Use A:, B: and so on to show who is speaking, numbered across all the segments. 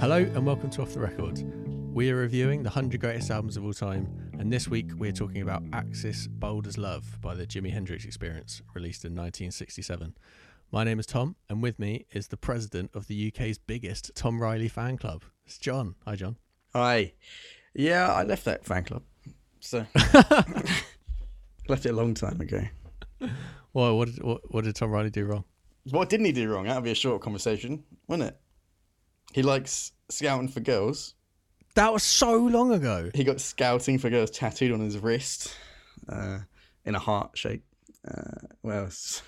A: Hello and welcome to Off the Record. We are reviewing the 100 greatest albums of all time, and this week we're talking about Axis Bold as Love by the Jimi Hendrix Experience, released in 1967. My name is Tom, and with me is the president of the UK's biggest Tom Riley fan club. It's John. Hi, John.
B: Hi. Yeah, I left that fan club. So left it a long time ago.
A: Well, what did, what, what did Tom Riley do wrong?
B: What didn't he do wrong? That'd be a short conversation, wouldn't it? He likes scouting for girls.
A: That was so long ago.
B: He got scouting for girls tattooed on his wrist, uh, in a heart shape. Uh, well, it's,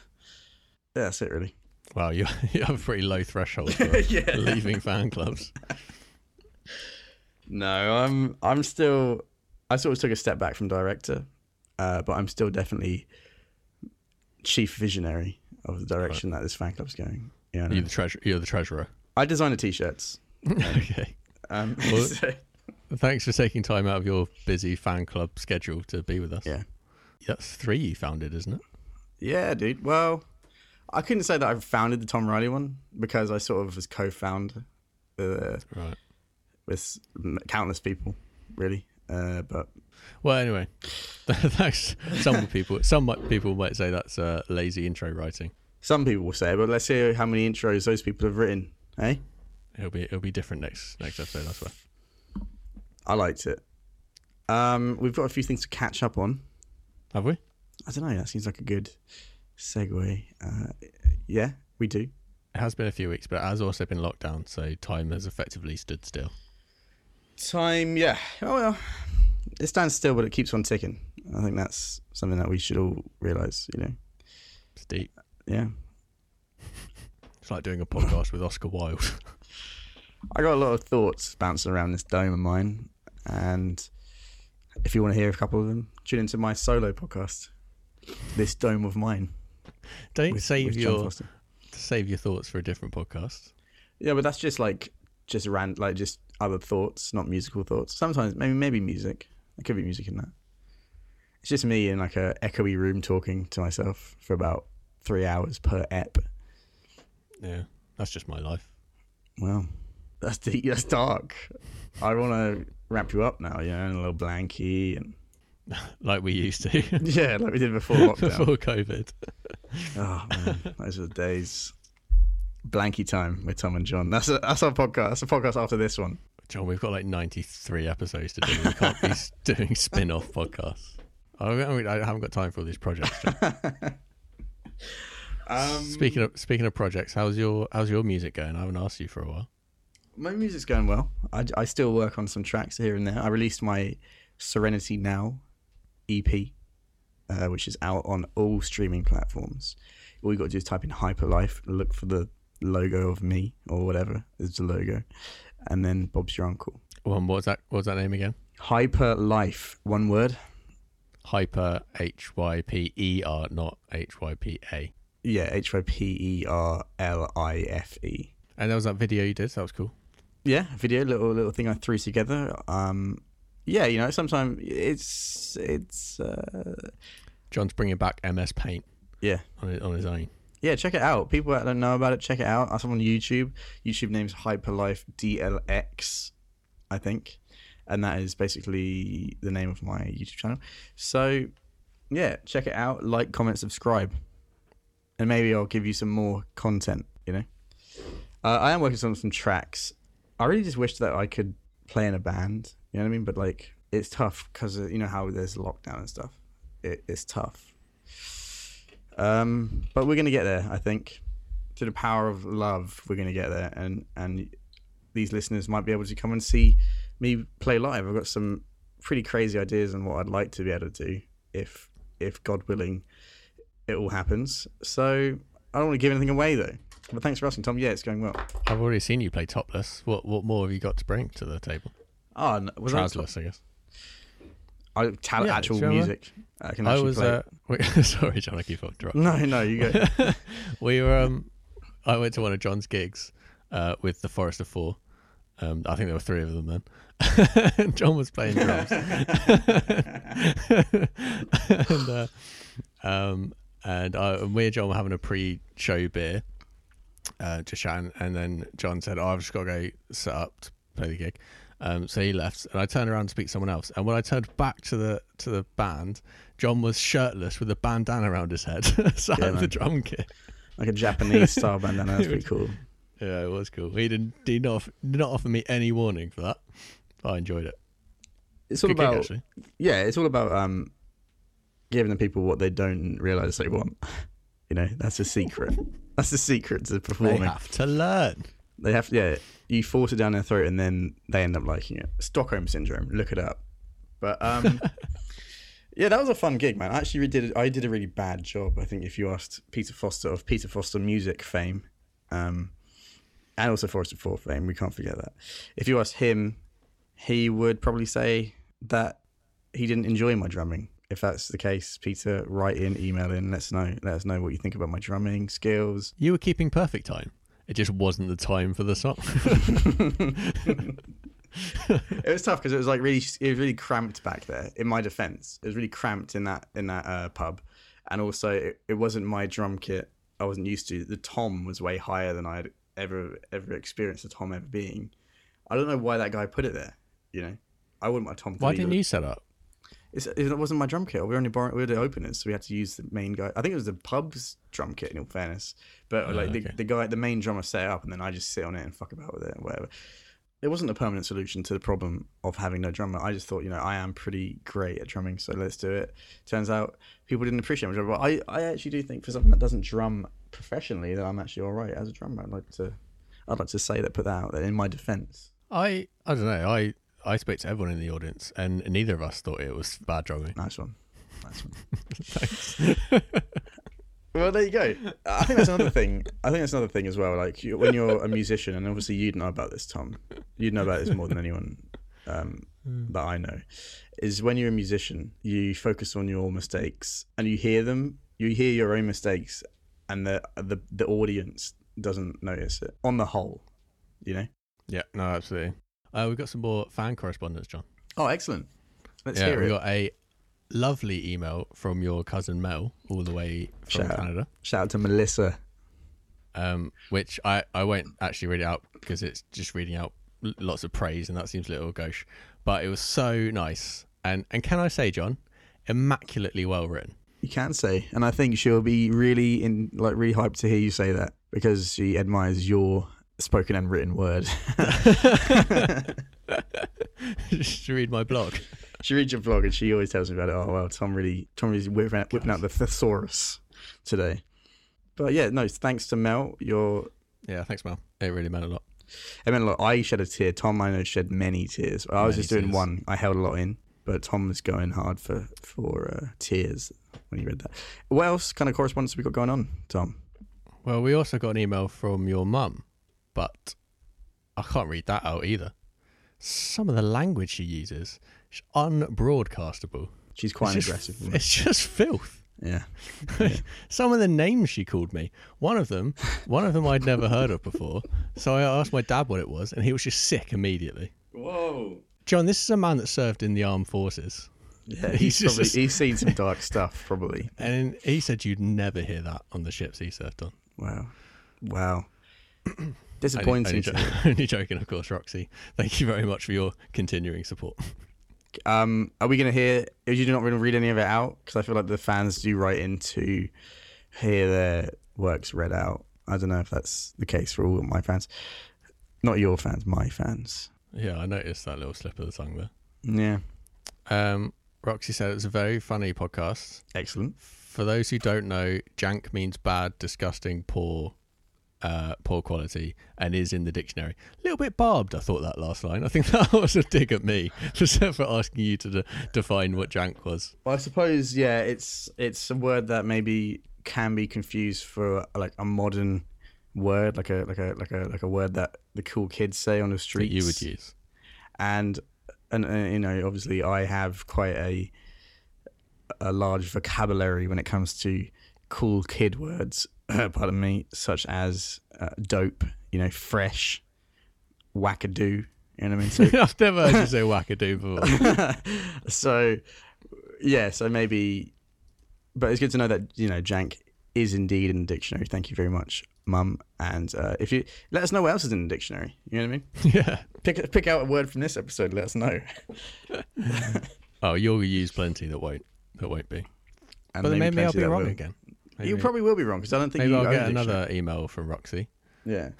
B: yeah, that's it really.
A: Wow, you, you have a pretty low threshold for
B: yeah.
A: leaving fan clubs.
B: No, I'm I'm still I sort of took a step back from director, uh, but I'm still definitely chief visionary of the direction that this fan club's going. Yeah, I know.
A: You're the, treasur- you're the treasurer.
B: I design the t-shirts.
A: okay.
B: Um, so,
A: Thanks for taking time out of your busy fan club schedule to be with us.
B: yeah,
A: That's three you founded, isn't it?
B: yeah, dude. Well, I couldn't say that I founded the Tom Riley one because I sort of was co-found uh,
A: Right.
B: with countless people, really. Uh, but
A: Well, anyway, thanks. Some people, some might- people might say that's uh, lazy intro writing.
B: some people will say, but let's see how many intros those people have written. Hey,
A: It'll be it'll be different next next episode. I swear.
B: I liked it. Um, we've got a few things to catch up on.
A: Have we?
B: I don't know. That seems like a good segue. Uh, yeah, we do.
A: It has been a few weeks, but it has also been lockdown, so time has effectively stood still.
B: Time, yeah. Oh well, it stands still, but it keeps on ticking. I think that's something that we should all realize. You know.
A: It's deep.
B: Yeah.
A: It's like doing a podcast with Oscar Wilde.
B: I got a lot of thoughts bouncing around this dome of mine, and if you want to hear a couple of them, tune into my solo podcast, "This Dome of Mine."
A: Don't
B: with-
A: save
B: with John
A: your
B: Foster.
A: save your thoughts for a different podcast.
B: Yeah, but that's just like just ran like just other thoughts, not musical thoughts. Sometimes maybe maybe music. There could be music in that. It's just me in like a echoey room talking to myself for about three hours per ep.
A: Yeah, that's just my life.
B: Well, that's deep. That's dark. I want to wrap you up now, you know, in a little blankie and
A: Like we used to
B: yeah, like we did before lockdown.
A: before COVID.
B: oh man, those were the days. Blankie time with Tom and John. That's a, that's our podcast. That's a podcast after this one.
A: John, we've got like 93 episodes to do. We can't be s- doing spin off podcasts. I, don't- I haven't got time for all these projects. John.
B: Um,
A: speaking of speaking of projects, how's your how's your music going? I haven't asked you for a while.
B: My music's going well. I, I still work on some tracks here and there. I released my Serenity Now EP, uh, which is out on all streaming platforms. All you got to do is type in Hyperlife, look for the logo of me or whatever is the logo, and then Bob's your uncle.
A: Well, what was that? What was that name again?
B: Hyperlife, one word.
A: Hyper H Y P E R, not H Y P A.
B: Yeah, H Y P E R L I F E.
A: And there was that video you did. That was cool.
B: yeah video little little thing i threw together um yeah you know sometimes it's it's uh
A: John's bringing back MS Paint
B: yeah
A: on his, on his own.
B: yeah check it out people that don't know about it check it out i'm on youtube youtube name's hyperlife dlx i think and that is basically the name of my youtube channel so yeah check it out like comment subscribe and maybe i'll give you some more content you know Uh, I am working on some tracks. I really just wish that I could play in a band. You know what I mean? But like, it's tough because you know how there's lockdown and stuff. It, it's tough. Um, but we're gonna get there, I think. Through the power of love, we're gonna get there, and and these listeners might be able to come and see me play live. I've got some pretty crazy ideas on what I'd like to be able to do if if God willing, it all happens. So I don't want to give anything away though. But thanks for asking, Tom. Yeah, it's going well.
A: I've already seen you play topless. What what more have you got to bring to the table?
B: Oh, no, was I,
A: Trouserless, I guess.
B: I tal-
A: Yeah,
B: actual
A: shall I?
B: music. I can
A: I
B: actually
A: was
B: play.
A: uh, we- sorry, John. I keep on interrupting.
B: No, no, you go.
A: we were um I went to one of John's gigs uh with the Forest of Four. Um I think there were three of them then. John was playing drums. and uh, um and I and we and John were having a pre show beer uh, to Shan, and then John said, oh, "I've just got to go set up to play the gig." Um, so he left, and I turned around to speak to someone else. And when I turned back to the to the band, John was shirtless with a bandana around his head, so I
B: Yeah,
A: had the
B: man.
A: drum kit.
B: Like a Japanese style bandana. That's
A: It
B: pretty cool.
A: Yeah, it was cool. He didn't did not off- did not offer me any warning for that. But I enjoyed it.
B: It's all
A: Good gig,
B: about
A: actually.
B: yeah, it's all about um giving the people what they don't realize they want. You know, that's the secret. that's the secret to
A: They
B: performing.
A: have to learn.
B: They have yeah, you force it down their throat and then they end up liking it. Stockholm syndrome, look it up. But um Yeah, that was a fun gig, man. I actually did I did a really bad job, I think if you asked Peter Foster of Peter Foster music fame. Um and also Forest of Four fame, we can't forget that. If you asked him, he would probably say that he didn't enjoy my drumming. If that's the case, Peter, write in, email in, let us know. Let us know what you think about my drumming skills.
A: You were keeping perfect time. It just wasn't the time for the song.
B: it was tough because it was like really it was really cramped back there in my defense it was really cramped in that in that uh, pub and also it, it wasn't my drum kit i wasn't used to the tom was way higher than i'd ever ever experienced a tom ever being i don't know why that guy put it there you know i wouldn't want a tom to
A: Why
B: leave
A: didn't
B: it.
A: you set up?
B: It's, it wasn't my drum kit we were only borrowing we were the openers so we had to use the main guy i think it was the pub's drum kit in all fairness but like the,
A: okay.
B: the guy the main drummer set it up and then i just sit on it and fuck about with it and whatever it wasn't a permanent solution to the problem of having no drummer. I just thought, you know, I am pretty great at drumming, so let's do it. Turns out people didn't appreciate my drum, but I, I actually do think for someone that doesn't drum professionally, that I'm actually all right as a drummer. I'd like to, I'd like to say that, put that out there in my defense.
A: I I don't know. I I spoke to everyone in the audience, and neither of us thought it was bad drumming.
B: Nice one, nice one. Well, there you go. I think that's another thing. I think that's another thing as well. Like you, when you're a musician, and obviously you'd know about this, Tom. You'd know about this more than anyone um,
A: Hmm.
B: that I know. Is when you're a musician, you focus on your mistakes and you hear them. You hear your own mistakes, and the the the audience doesn't notice it on the whole. You know.
A: Yeah, no, absolutely. Uh, we've got some more fan correspondence, John.
B: Oh, excellent. Let's
A: yeah,
B: hear
A: we
B: it.
A: got a lovely email from your cousin Mel, all the way from
B: Shout out.
A: Canada.
B: Shout out to Melissa.
A: Um, which I I won't actually read it out because it's just reading out l- lots of praise, and that seems a little gauche. But it was so nice, and and can I say, John, immaculately well written.
B: You can say, and I think she'll be really in like really hyped to hear you say that because she admires your spoken and written word.
A: just read my blog.
B: she reads your blog and she always tells me about it. Oh wow, Tom really, Tom really whipping out, whipping out the thesaurus today. But yeah, no, thanks to Mel, your
A: Yeah, thanks, Mel. It really meant a lot.
B: I mean, look, I shed a tear. Tom, I know, shed many tears. I was
A: Many
B: just doing
A: tears.
B: one. I held a lot in, but Tom was going hard for for uh, tears when he read that. What else kind of correspondence have we got going on, Tom?
A: Well, we also got an email from your mum, but I can't read that out either. Some of the language she uses is unbroadcastable.
B: She's quite
A: it's
B: aggressive.
A: Just,
B: isn't
A: it's just filth.
B: she? Yeah.
A: Some of the names she called me. One of them, one of them I'd never heard of before. So I asked my dad what it was, and he was just sick immediately.
B: Whoa.
A: John, this is a man that served in the armed forces,
B: Yeah,
A: He's
B: he's,
A: just-
B: probably he's seen some dark stuff, probably.
A: and he said you'd never hear that on the ships he served on.
B: Wow, wow,
A: Only-
B: disappointing.
A: only, jo- only joking, of course, Roxy. Thank you very much for your continuing support.
B: um, are we gonna hear? Are you not gonna read any of it out? Because I feel like the fans do write in to hear their works read out. I don't know if that's the case for all my fans, not your fans, my fans.
A: Yeah, I noticed that little slip of the tongue there.
B: Yeah,
A: Um, Roxy said it was a very funny podcast.
B: excellent.
A: For those who don't know, jank means bad, disgusting, poor, uh, poor quality, and is in the dictionary. A little bit barbed, I thought that last line. I think that was a dig at me for, for asking you to de- define what jank was.
B: Well, I suppose yeah, it's it's a word that maybe can be confused for like a modern word, like a like a like a like a word that the cool kids say on the
A: That
B: streets.
A: you would use.
B: and and uh, you know obviously I have quite a a large vocabulary when it comes to cool kid words pardon me such as uh, dope you know fresh wackadoo you know what I mean so
A: I've never heard you say wackadoo before.
B: so yeah so maybe but it's good to know that you know jank is indeed in the dictionary thank you very much mum. And uh, if you let us know what else is in the dictionary, you know what I mean.
A: yeah.
B: Pick pick out a word from this episode. Let us know.
A: Oh, you'll use plenty that won't that won't be.
B: And
A: But then maybe I'll
B: plenty
A: be
B: that
A: wrong
B: will.
A: again. Maybe,
B: You probably will be wrong because I don't think
A: maybe
B: you
A: I'll
B: own a
A: get
B: dictionary.
A: another email from Roxy.
B: Yeah.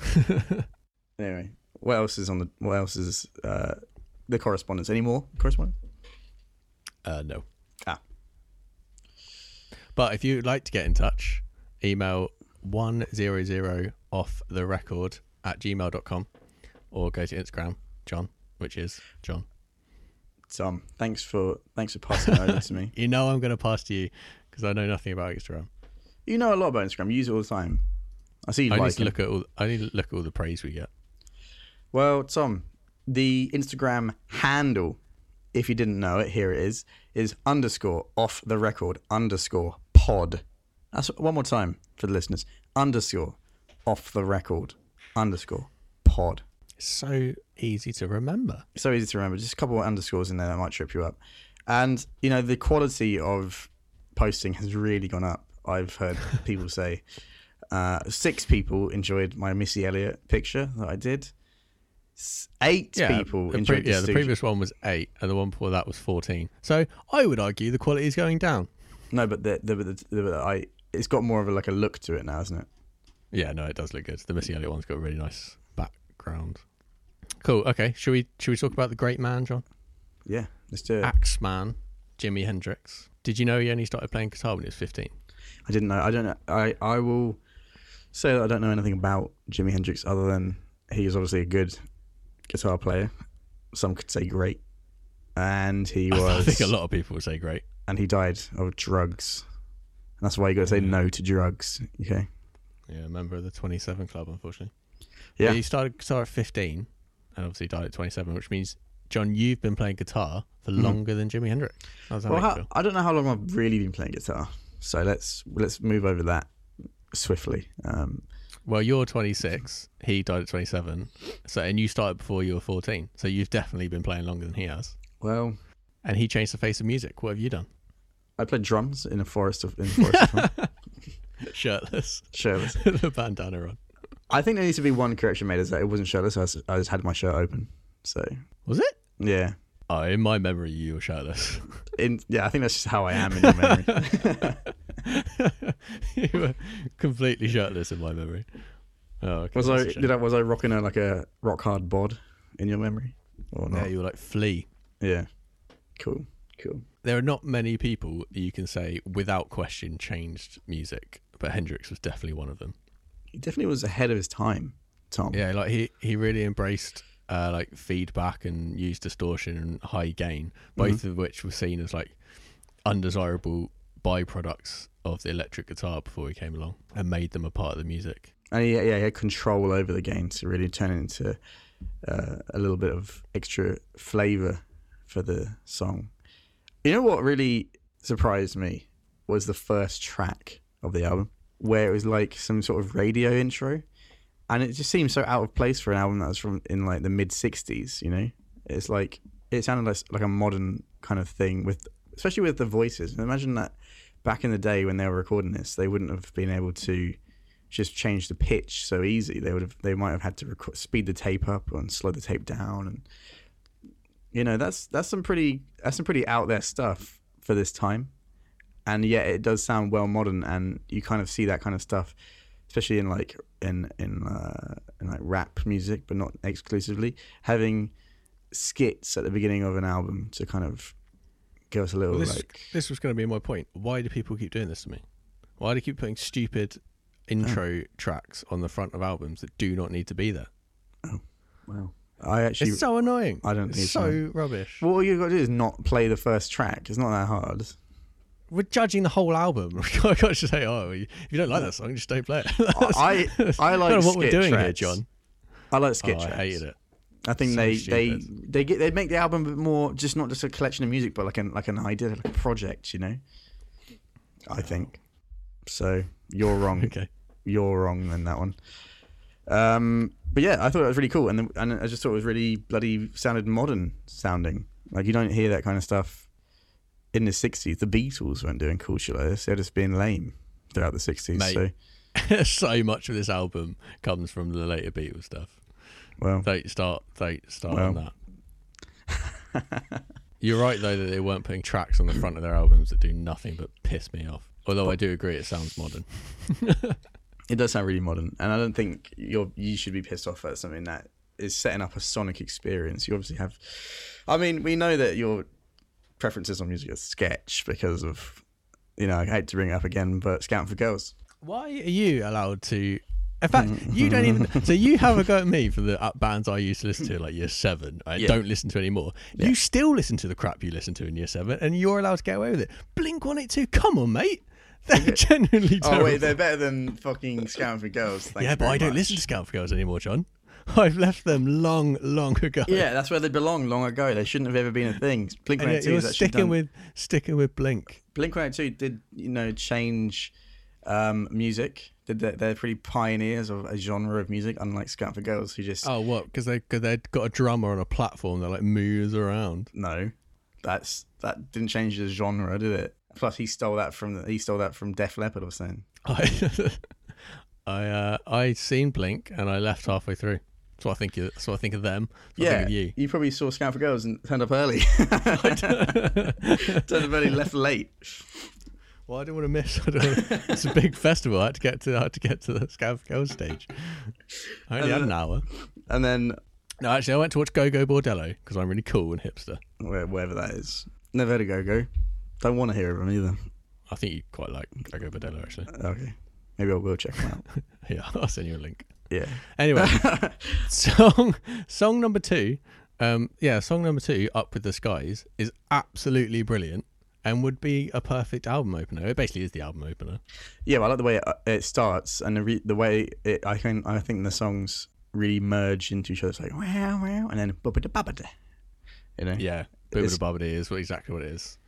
B: Anyway, what else is on the what else is uh, the correspondence? Any more correspondence?
A: Uh, no.
B: Ah.
A: But if you'd like to get in touch, email 100 off the record at gmail.com or go to Instagram, John, which is John.
B: Tom, thanks for thanks for passing that over to me.
A: You know I'm going to pass to you because I know nothing about Instagram.
B: You know a lot about Instagram. You use it all the time. I see you
A: I need
B: like
A: to
B: it.
A: look at all. I need to look at all the praise we get.
B: Well, Tom, the Instagram handle, if you didn't know it, here it is, is underscore off the record underscore pod. That's one more time for the listeners. Underscore off the record underscore pod.
A: It's so easy to remember.
B: so easy to remember. Just a couple of underscores in there that might trip you up. And you know the quality of posting has really gone up. I've heard people say uh, six people enjoyed my Missy Elliott picture that I did. S- Eight people
A: the
B: enjoyed
A: pre- yeah,
B: the
A: the
B: Stooges.
A: previous one was eight, and the one before that was fourteen. So I would argue the quality is going down.
B: No, but the, the, the, the, I it's got more of a, like a look to it now, hasn't it?
A: Yeah, no, it does look good. The Missy Elliott one's got a really nice background. Cool. Okay, should we should we talk about the great man, John
B: Yeah, let's do it.
A: Axeman, Jimi Hendrix? Did you know he only started playing guitar when he was fifteen?
B: I didn't know. I don't know. I I will say that I don't know anything about Jimi Hendrix other than he is obviously a good guitar player. Some could say great, and he
A: I
B: was.
A: think a lot of people would say great.
B: And he died of drugs. And that's why you got to say
A: Mm.
B: no to drugs. Okay.
A: Yeah, a member of the Twenty Seven Club, unfortunately.
B: Yeah.
A: But he started guitar at fifteen, and obviously died at twenty seven, which means. John, you've been playing guitar for longer than Jimi Hendrix. How's that
B: Mm-hmm. Well,
A: make you
B: how, I don't know how long I've really been playing guitar, so let's let's move over that swiftly. Um,
A: Well, you're 26. He died at 27. So, and you started before you were 14. So you've definitely been playing longer than he has.
B: well,
A: And he changed the face of music. What have you done?
B: I played drums in a forest of in a forest of Fun.
A: Shirtless,
B: shirtless.
A: the bandana on.
B: I think there needs to be one correction made is that it wasn't shirtless. I s- I just had my shirt open. So
A: Was it?
B: yeah,
A: Oh, in my memory, you were shirtless.
B: in yeah, I think that's just how I am in your memory.
A: you were completely shirtless in my memory. Oh, okay.
B: Was
A: that's
B: I
A: a shame.
B: did I was I rocking a like a rock hard bod in your memory or
A: Yeah,
B: not?
A: you were like flea.
B: Yeah. Cool. Cool.
A: There are not many people that you can say without question changed music, but Hendrix was definitely one of them.
B: He definitely was ahead of his time, Tom.
A: Yeah, like he he really embraced uh, like feedback and used distortion and high gain, both
B: Mm-hmm.
A: of which were seen as like undesirable byproducts of the electric guitar before he came along and made them a part of the music.
B: And he, yeah, he had control over the game to really turn it into uh, a little bit of extra flavor for the song. You know what really surprised me was the first track of the album, where it was like some sort of radio intro, and it just seemed so out of place for an album that was from in like the mid '60s. You know, it's like it sounded like like a modern kind of thing with, especially with the voices. And imagine that back in the day when they were recording this, they wouldn't have been able to just change the pitch so easy. They would have they might have had to record, speed the tape up and slow the tape down and you know that's that's some pretty that's some pretty out there stuff for this time and yet it does sound well modern and you kind of see that kind of stuff especially in like in in, uh, in like rap music but not exclusively having skits at the beginning of an album to kind of give us a little
A: this
B: like
A: this was going to be my point. Why do people keep doing this to me? Why do you keep putting stupid intro
B: Mm.
A: tracks on the front of albums that do not need to be there?
B: wow I actually
A: It's so annoying.
B: I don't
A: It's
B: think
A: so
B: so.
A: rubbish.
B: well, all you've got to do is not play the first track it's not that hard
A: We're judging the whole album. I can't just say, oh, if you don't like that song, just don't play it.
B: I I like
A: Kind of
B: skit
A: what we're doing
B: tracks.
A: here, John.
B: I like skit
A: Oh, I
B: tracks.
A: hated it.
B: I think
A: So
B: they, they
A: stupid.
B: they get they make the album a bit more just not just a collection of music, but like an like an idea, like a project, you know. I think. So you're wrong.
A: Okay.
B: You're wrong in that one. Um, but yeah, I thought it was really cool, and then, and I just thought it was really bloody sounded modern sounding. Like you don't hear that kind of stuff in the '60s. The Beatles weren't doing cool shit like this; they're just being lame throughout the '60s.
A: Mate.
B: So
A: so much of this album comes from the later Beatles stuff.
B: Well,
A: Don't start. Don't start on
B: Well.
A: that. You're right though that they weren't putting tracks on the front of their albums that do nothing but piss me off. Although I do agree it sounds modern.
B: it does sound really modern, and I don't think you're you should be pissed off at something that is setting up a sonic experience. You obviously have. I mean, we know that your preferences on music are sketch because of, you know, I hate to bring it up again, but Scout for Girls.
A: Why are you allowed to? In fact, you don't even. So you have a go at me for the uh, bands I used to listen to, like year seven. I
B: Yeah.
A: don't listen to anymore. You still listen to the crap you listen to in year seven, and you're allowed to get away with it. Blink on it too. Come on, mate. They're genuinely terrible.
B: Oh wait, they're better than fucking Scout for Girls. Thank
A: yeah,
B: you
A: but
B: very
A: I don't
B: much.
A: listen to Scout Girls anymore, John. I've left them long, long ago.
B: Yeah, that's where they belong long ago. They shouldn't have ever been a thing. Blink
A: and yet
B: 182
A: you're
B: is actually
A: sticking
B: done.
A: with sticking with Blink.
B: Blink 182 did, you know, change um, music. Did they, they're pretty pioneers of a genre of music, unlike Scout for Girls, who just
A: Oh, what? Because they cause they'd got a drummer on a platform that like moves around.
B: no, that's that didn't change the genre, did it? Plus, he stole that from the, he stole that from Def Leppard or something.
A: I I uh, I seen Blink and I left halfway through. That's what I think. Of, that's what I think of them. That's what I
B: Yeah,
A: think of you.
B: probably saw Scout for Girls and turned up early. turned up early, left late.
A: Well, I don't want to miss. I don't wanna, it's a big festival. I had to get to. I had to get to the Scav Girls stage. I only had an hour.
B: And then
A: No, actually, I went to watch Go Go Bordello because I'm really cool and hipster.
B: where- wherever that is, never heard of Go Go. Don't want to hear of them either.
A: I think you quite like Go Go Bordello,
B: Uh,
A: actually.
B: Okay, maybe I will check them out.
A: Yeah, I'll send you a link.
B: Yeah.
A: Anyway, song song number two, um, yeah, song number two, "Up with the Skies," is absolutely brilliant and would be a perfect album opener. It basically is the album opener.
B: Yeah, well, I like the way it, uh, it starts and the, re- the way it. I can. I think the songs really merge into each other. It's like wow, wow, and then bubba bubba. da. You know.
A: Yeah, Bibbida
B: It's-
A: Bobbida is what- exactly what it is.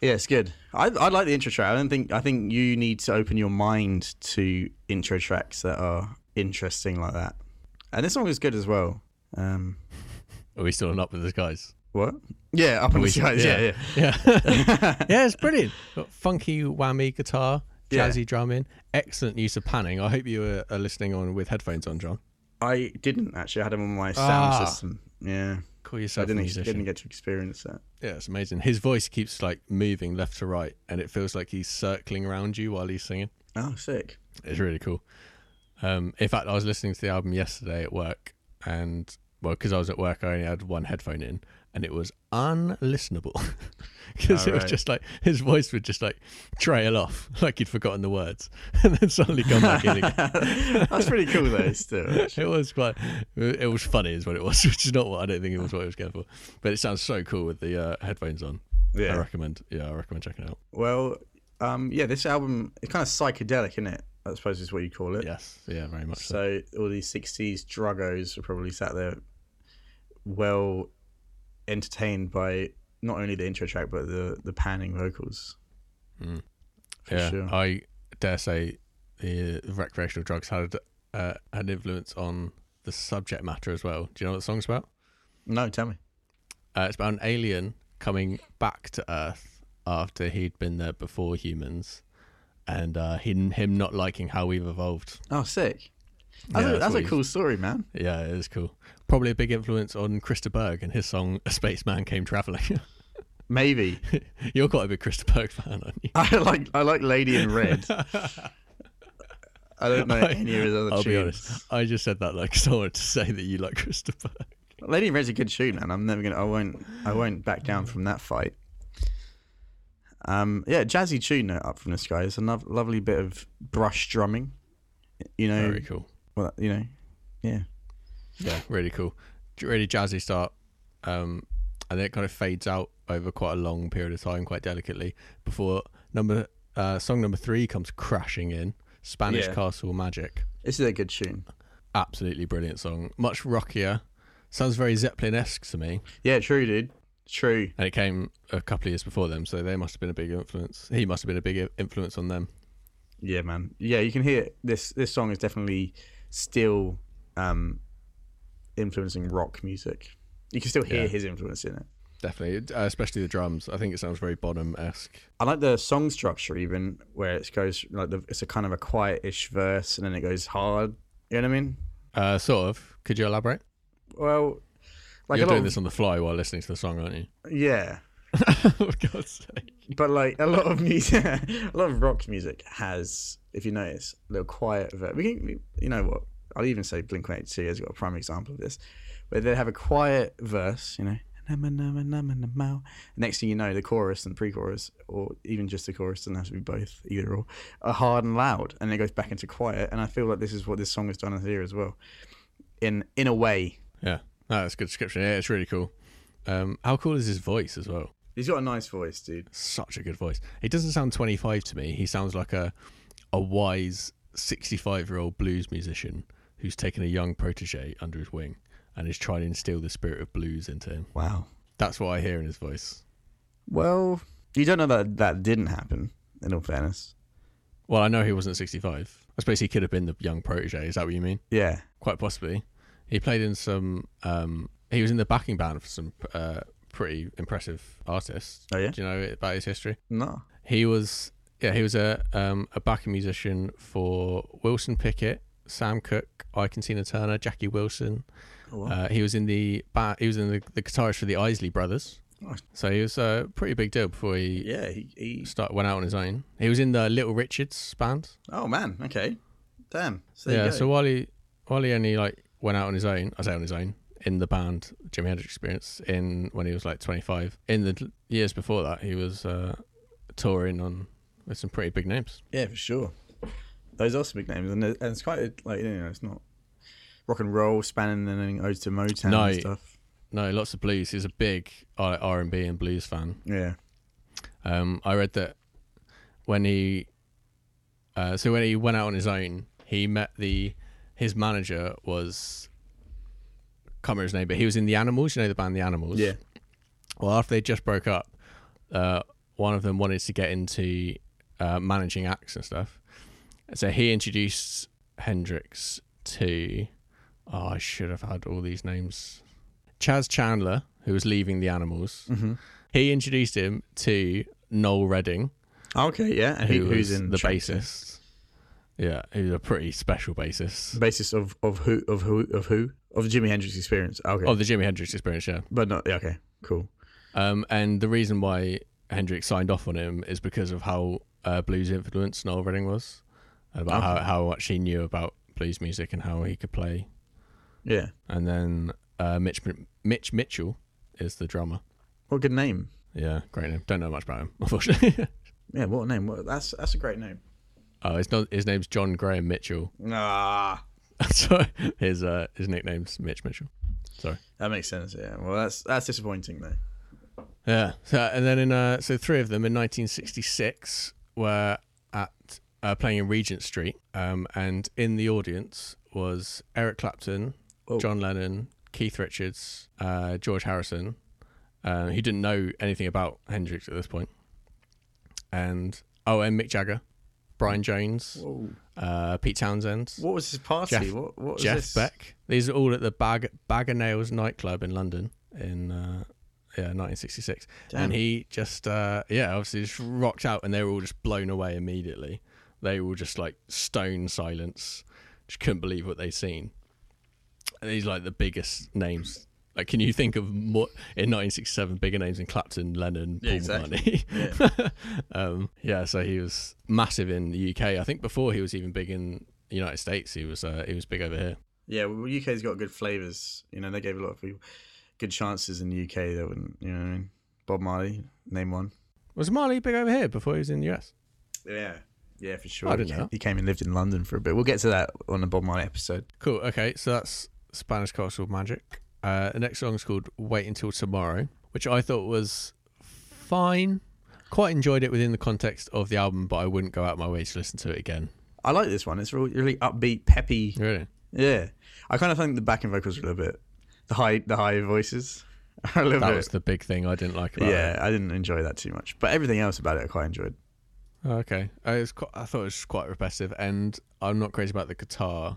B: Yeah, it's good. I, I like the intro track. I don't think. I think you need to open your mind to intro tracks that are interesting like that. And this song is good as well. Um,
A: Are we still on "Up with the Skies"?
B: what? Yeah, up in the skies. Yeah, yeah.
A: yeah, yeah. Yeah, it's brilliant. Got funky whammy guitar,
B: Yeah.
A: jazzy drumming, excellent use of panning. I hope you are, are listening on with headphones on, John.
B: I didn't actually. I had them on my sound
A: Ah.
B: system. Yeah,
A: Call
B: I
A: yourself a
B: didn't.
A: musician.
B: Didn't get to experience that.
A: Yeah, it's amazing. His voice keeps like moving left to right, and it feels like he's circling around you while he's singing.
B: Oh, sick.
A: It's really cool. Um, in fact, I was listening to the album yesterday at work, and well, because I was at work, I only had one headphone in, and it was unlistenable because it was
B: Alright.
A: just like his voice would just like trail off, like he'd forgotten the words, and then suddenly come back in again.
B: That's pretty cool though. Still.
A: It was quite. It was funny, is what it was, which is not what I don't think it was what it was going for. But it sounds so cool with the uh, headphones on. I
B: Yeah.
A: recommend. Yeah, I recommend checking it out.
B: Well, um, yeah, this album it's kind of psychedelic, isn't it? I suppose is what you call it.
A: Yes. Yeah, very much so.
B: So all these '60s druggos are probably sat there, well entertained by not only the intro track but the the panning vocals. for
A: yeah,
B: sure.
A: I dare say the recreational drugs had uh, an influence on the subject matter as well. Do you know what the song's about?
B: No, tell me.
A: Uh, it's about an alien coming back to Earth after he'd been there before humans, and uh, him him not liking how we've evolved.
B: Oh, sick. That's,
A: Yeah,
B: a,
A: that's
B: that's
A: what
B: a
A: he's-
B: cool story, man.
A: Yeah, it is cool. Probably a big influence on Christa Berg and his song "A Spaceman Came Traveling."
B: Maybe
A: You're quite a big Christa Berg fan, aren't you?
B: I like I like Lady in Red. I don't know any of his other
A: I'll
B: tunes.
A: be honest. I just said that like 'cause I wanted to say that you like Christa Berg.
B: Lady in Red's a good shoot, man. I'm never gonna. I won't. I won't back down from that fight. Um, yeah, jazzy tune though, up from the sky. It's a lo- lovely bit of brush drumming. You know,
A: Very cool.
B: well, you know, yeah,
A: yeah, really cool, J- really jazzy start, um, and then it kind of fades out over quite a long period of time, quite delicately, before number uh, song number three comes crashing in. Spanish
B: Yeah.
A: Castle Magic,
B: this is a good tune.
A: absolutely brilliant song, much rockier, sounds very Zeppelin esque to me,
B: Yeah, true, dude. True.
A: and it came a couple of years before them, so they must have been a big influence. He must have been a big i- influence on them.
B: Yeah, man. Yeah, you can hear this. This song is definitely still um, influencing rock music. You can still hear
A: Yeah.
B: his influence in it.
A: definitely, uh, especially the drums. I think it sounds very Bonham esque.
B: I like the song structure even where it goes like the, it's a kind of a quietish verse and then it goes hard. You know what I mean?
A: Uh, sort of. Could you elaborate?
B: Well, like
A: You're
B: a lot
A: doing
B: of,
A: this on the fly while listening to the song, aren't you?
B: yeah,
A: For God's sake.
B: but like a lot of music, a lot of rock music has, if you notice, a little quiet verse. We can, we- you know what? I'll even say Blink One Eight Two has got a prime example of this, where they have a quiet verse, you know. "Nama, nama, nama, nama." Next thing you know, the chorus and pre-chorus, or even just the chorus, doesn't have to be both either or, are hard and loud, and it goes back into quiet. And I feel like this is what this song has done here as well, in in a way.
A: Yeah, no, that's a good description. Yeah, it's really cool. Um, how cool is his voice as well?
B: He's got a nice voice, dude.
A: Such a good voice. He doesn't sound 25 to me. He sounds like a a wise 65 year old blues musician who's taken a young protege under his wing and is trying to instill the spirit of blues into him.
B: Wow.
A: That's what I hear in his voice.
B: Well, you don't know that that didn't happen. In all fairness,
A: Well, I know he wasn't 65. I suppose he could have been the young protege. Is that what you mean?
B: yeah.
A: Quite possibly. He played in some. Um, he was in the backing band for some uh, pretty impressive artists.
B: Oh yeah.
A: Do you know about his history?
B: No.
A: He was yeah, he was a um, a backing musician for Wilson Pickett, Sam Cooke, Ikencina Turner, Jackie Wilson.
B: Oh,
A: Uh, he was in the ba- he was in the, the guitarist for the Isley Brothers.
B: Nice.
A: So he was a pretty big deal before he
B: yeah. He, he.
A: start, went out on his own. He was in the Little Richards band.
B: Oh man. Okay. Damn. So there
A: yeah.
B: you go.
A: So while he while he only like went out on his own, I say on his own in the band Jimi Hendrix Experience in when he was like 25. In the l- years before that, he was uh, touring on with some pretty big names.
B: yeah, for sure. Those are some big names, and, it- and it's quite a- like you know, it's not rock and roll spanning and then goes to Motown
A: No.
B: and stuff.
A: No, lots of blues. He's a big R and B and blues fan.
B: Yeah.
A: Um, I read that when he, uh, so when he went out on his own, he met the his manager was, can't remember his name, but he was in the Animals. You know the band, the Animals.
B: Yeah.
A: Well, after they just broke up, uh, one of them wanted to get into uh, managing acts and stuff. So he introduced Hendrix to. Oh, I should have had all these names. Chaz Chandler, who was leaving the Animals,
B: Mm-hmm.
A: he introduced him to Noel Redding,
B: Oh, Okay. Yeah. And
A: who
B: who, who's
A: was
B: in
A: the
B: track two?
A: bassist. Yeah, who's a pretty special bassist.
B: Basis of of who of who of who of Jimi Hendrix Experience. Okay.
A: Oh, the Jimi Hendrix Experience, yeah.
B: but not. Yeah, okay. Cool.
A: Um, and the reason why Hendrix signed off on him is because of how uh, blues influenced Noel Redding was, about how, how much he knew about blues music and how he could play.
B: Yeah.
A: And then uh, Mitch Mitch Mitchell is the drummer.
B: What a good name.
A: Yeah, great name. Don't know much about him, unfortunately.
B: Yeah. What a name. What, that's that's a great name.
A: oh, his, no, his name's John Graham Mitchell.
B: Ah.
A: so his uh, his nickname's Mitch Mitchell. Sorry.
B: That makes sense. Yeah. Well, that's that's disappointing though.
A: Yeah. So and then in uh, so three of them in 1966 were at uh, playing in Regent Street, um, and in the audience was Eric Clapton,
B: Oh.
A: John Lennon, Keith Richards, uh, George Harrison, uh, who didn't know anything about Hendrix at this point, and oh, and Mick Jagger, Brian Jones,
B: Whoa.
A: uh, Pete Townsend,
B: What was his party?
A: Jeff-
B: what what was
A: Jeff
B: this?
A: Beck. These are all at the Bag Bag of Nails nightclub in London in uh, yeah 1966,
B: Damn.
A: and he just uh, yeah obviously just rocked out, and they were all just blown away immediately. They were all just like stone silence, just couldn't believe what they'd seen. And these are, like the biggest names. Like, can you think of more in 1967 bigger names than Clapton, Lennon, Paul
B: Yeah, exactly.
A: McCartney? um, yeah, so he was massive in the UK. I think before he was even big in the United States, he was uh, he was big over here.
B: Yeah, well, UK's got good flavors. You know, they gave a lot of people good chances in the UK. That wouldn't, you know, what I mean? Bob Marley, name one.
A: Was Marley big over here before he was in the US?
B: Yeah, yeah, for sure.
A: I don't
B: he
A: know.
B: Came, he came and lived in London for a bit. We'll get to that on the Bob Marley episode.
A: Cool. Okay, so that's Spanish Castle Magic. Uh, the next song is called "Wait Until Tomorrow," which I thought was fine. Quite enjoyed it within the context of the album, but I wouldn't go out of my way to listen to it again.
B: I like this one. It's really, really upbeat, peppy.
A: Really?
B: Yeah, I kind of think the backing vocals are a little bit the high, the high voices are a little
A: That
B: bit.
A: was the big thing I didn't like about it.
B: yeah, I didn't enjoy that too much, but everything else about it I quite enjoyed.
A: Oh, Okay, uh, it's quite, I thought it was quite repetitive, and I'm not crazy about the guitar.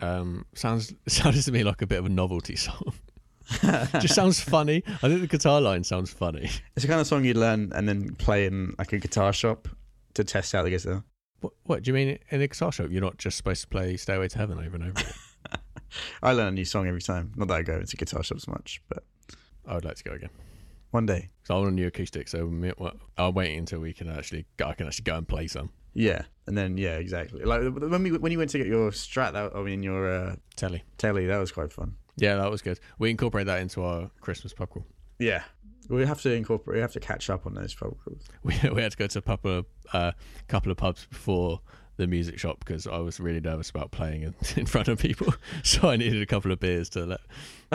A: Um, sounds sounded to me like a bit of a novelty song. just sounds funny. I think the guitar line sounds funny.
B: It's the kind of song you learn and then play in like a guitar shop to test out the guitar.
A: What, what do you mean in a guitar shop? You're not just supposed to play Stairway to Heaven over and over. again?
B: I learn a new song every time. Not that I go into guitar shops much, but
A: I would like to go again.
B: one day.
A: So I want a new acoustic. So me- well, I'll wait until we can actually I can actually go and play some.
B: Yeah, and then yeah, exactly. Like when we when you went to get your Strat, that, I mean your uh,
A: Telly.
B: Telly, that was quite fun.
A: Yeah, that was good. We incorporate that into our Christmas pub crawl.
B: Yeah, we have to incorporate. We have to catch up on those pub crawls.
A: We, we had to go to a pub, a uh, couple of pubs before the music shop because I was really nervous about playing in, in front of people. So I needed a couple of beers to let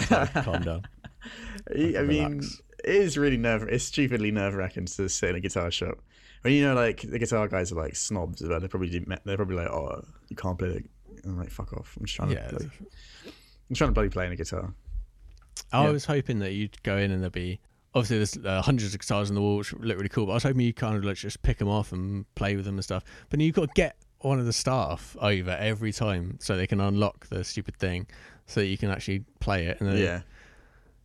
A: to calm down.
B: I mean,
A: relax.
B: it is really nerve. It's stupidly nerve wracking to sit in a guitar shop. When you know, like the guitar guys are like snobs about. it. They probably do, they're probably like, oh, you can't play. The... I'm like, fuck off. I'm just trying
A: Yeah.
B: to. Bloody, I'm trying to bloody play in a guitar.
A: I
B: Yeah.
A: was hoping that you'd go in and there'd be obviously there's uh, hundreds of guitars on the wall, which look really cool. But I was hoping you kind of like just pick them off and play with them and stuff. But you've got to get one of the staff over every time so they can unlock the stupid thing so that you can actually play it and then
B: Yeah,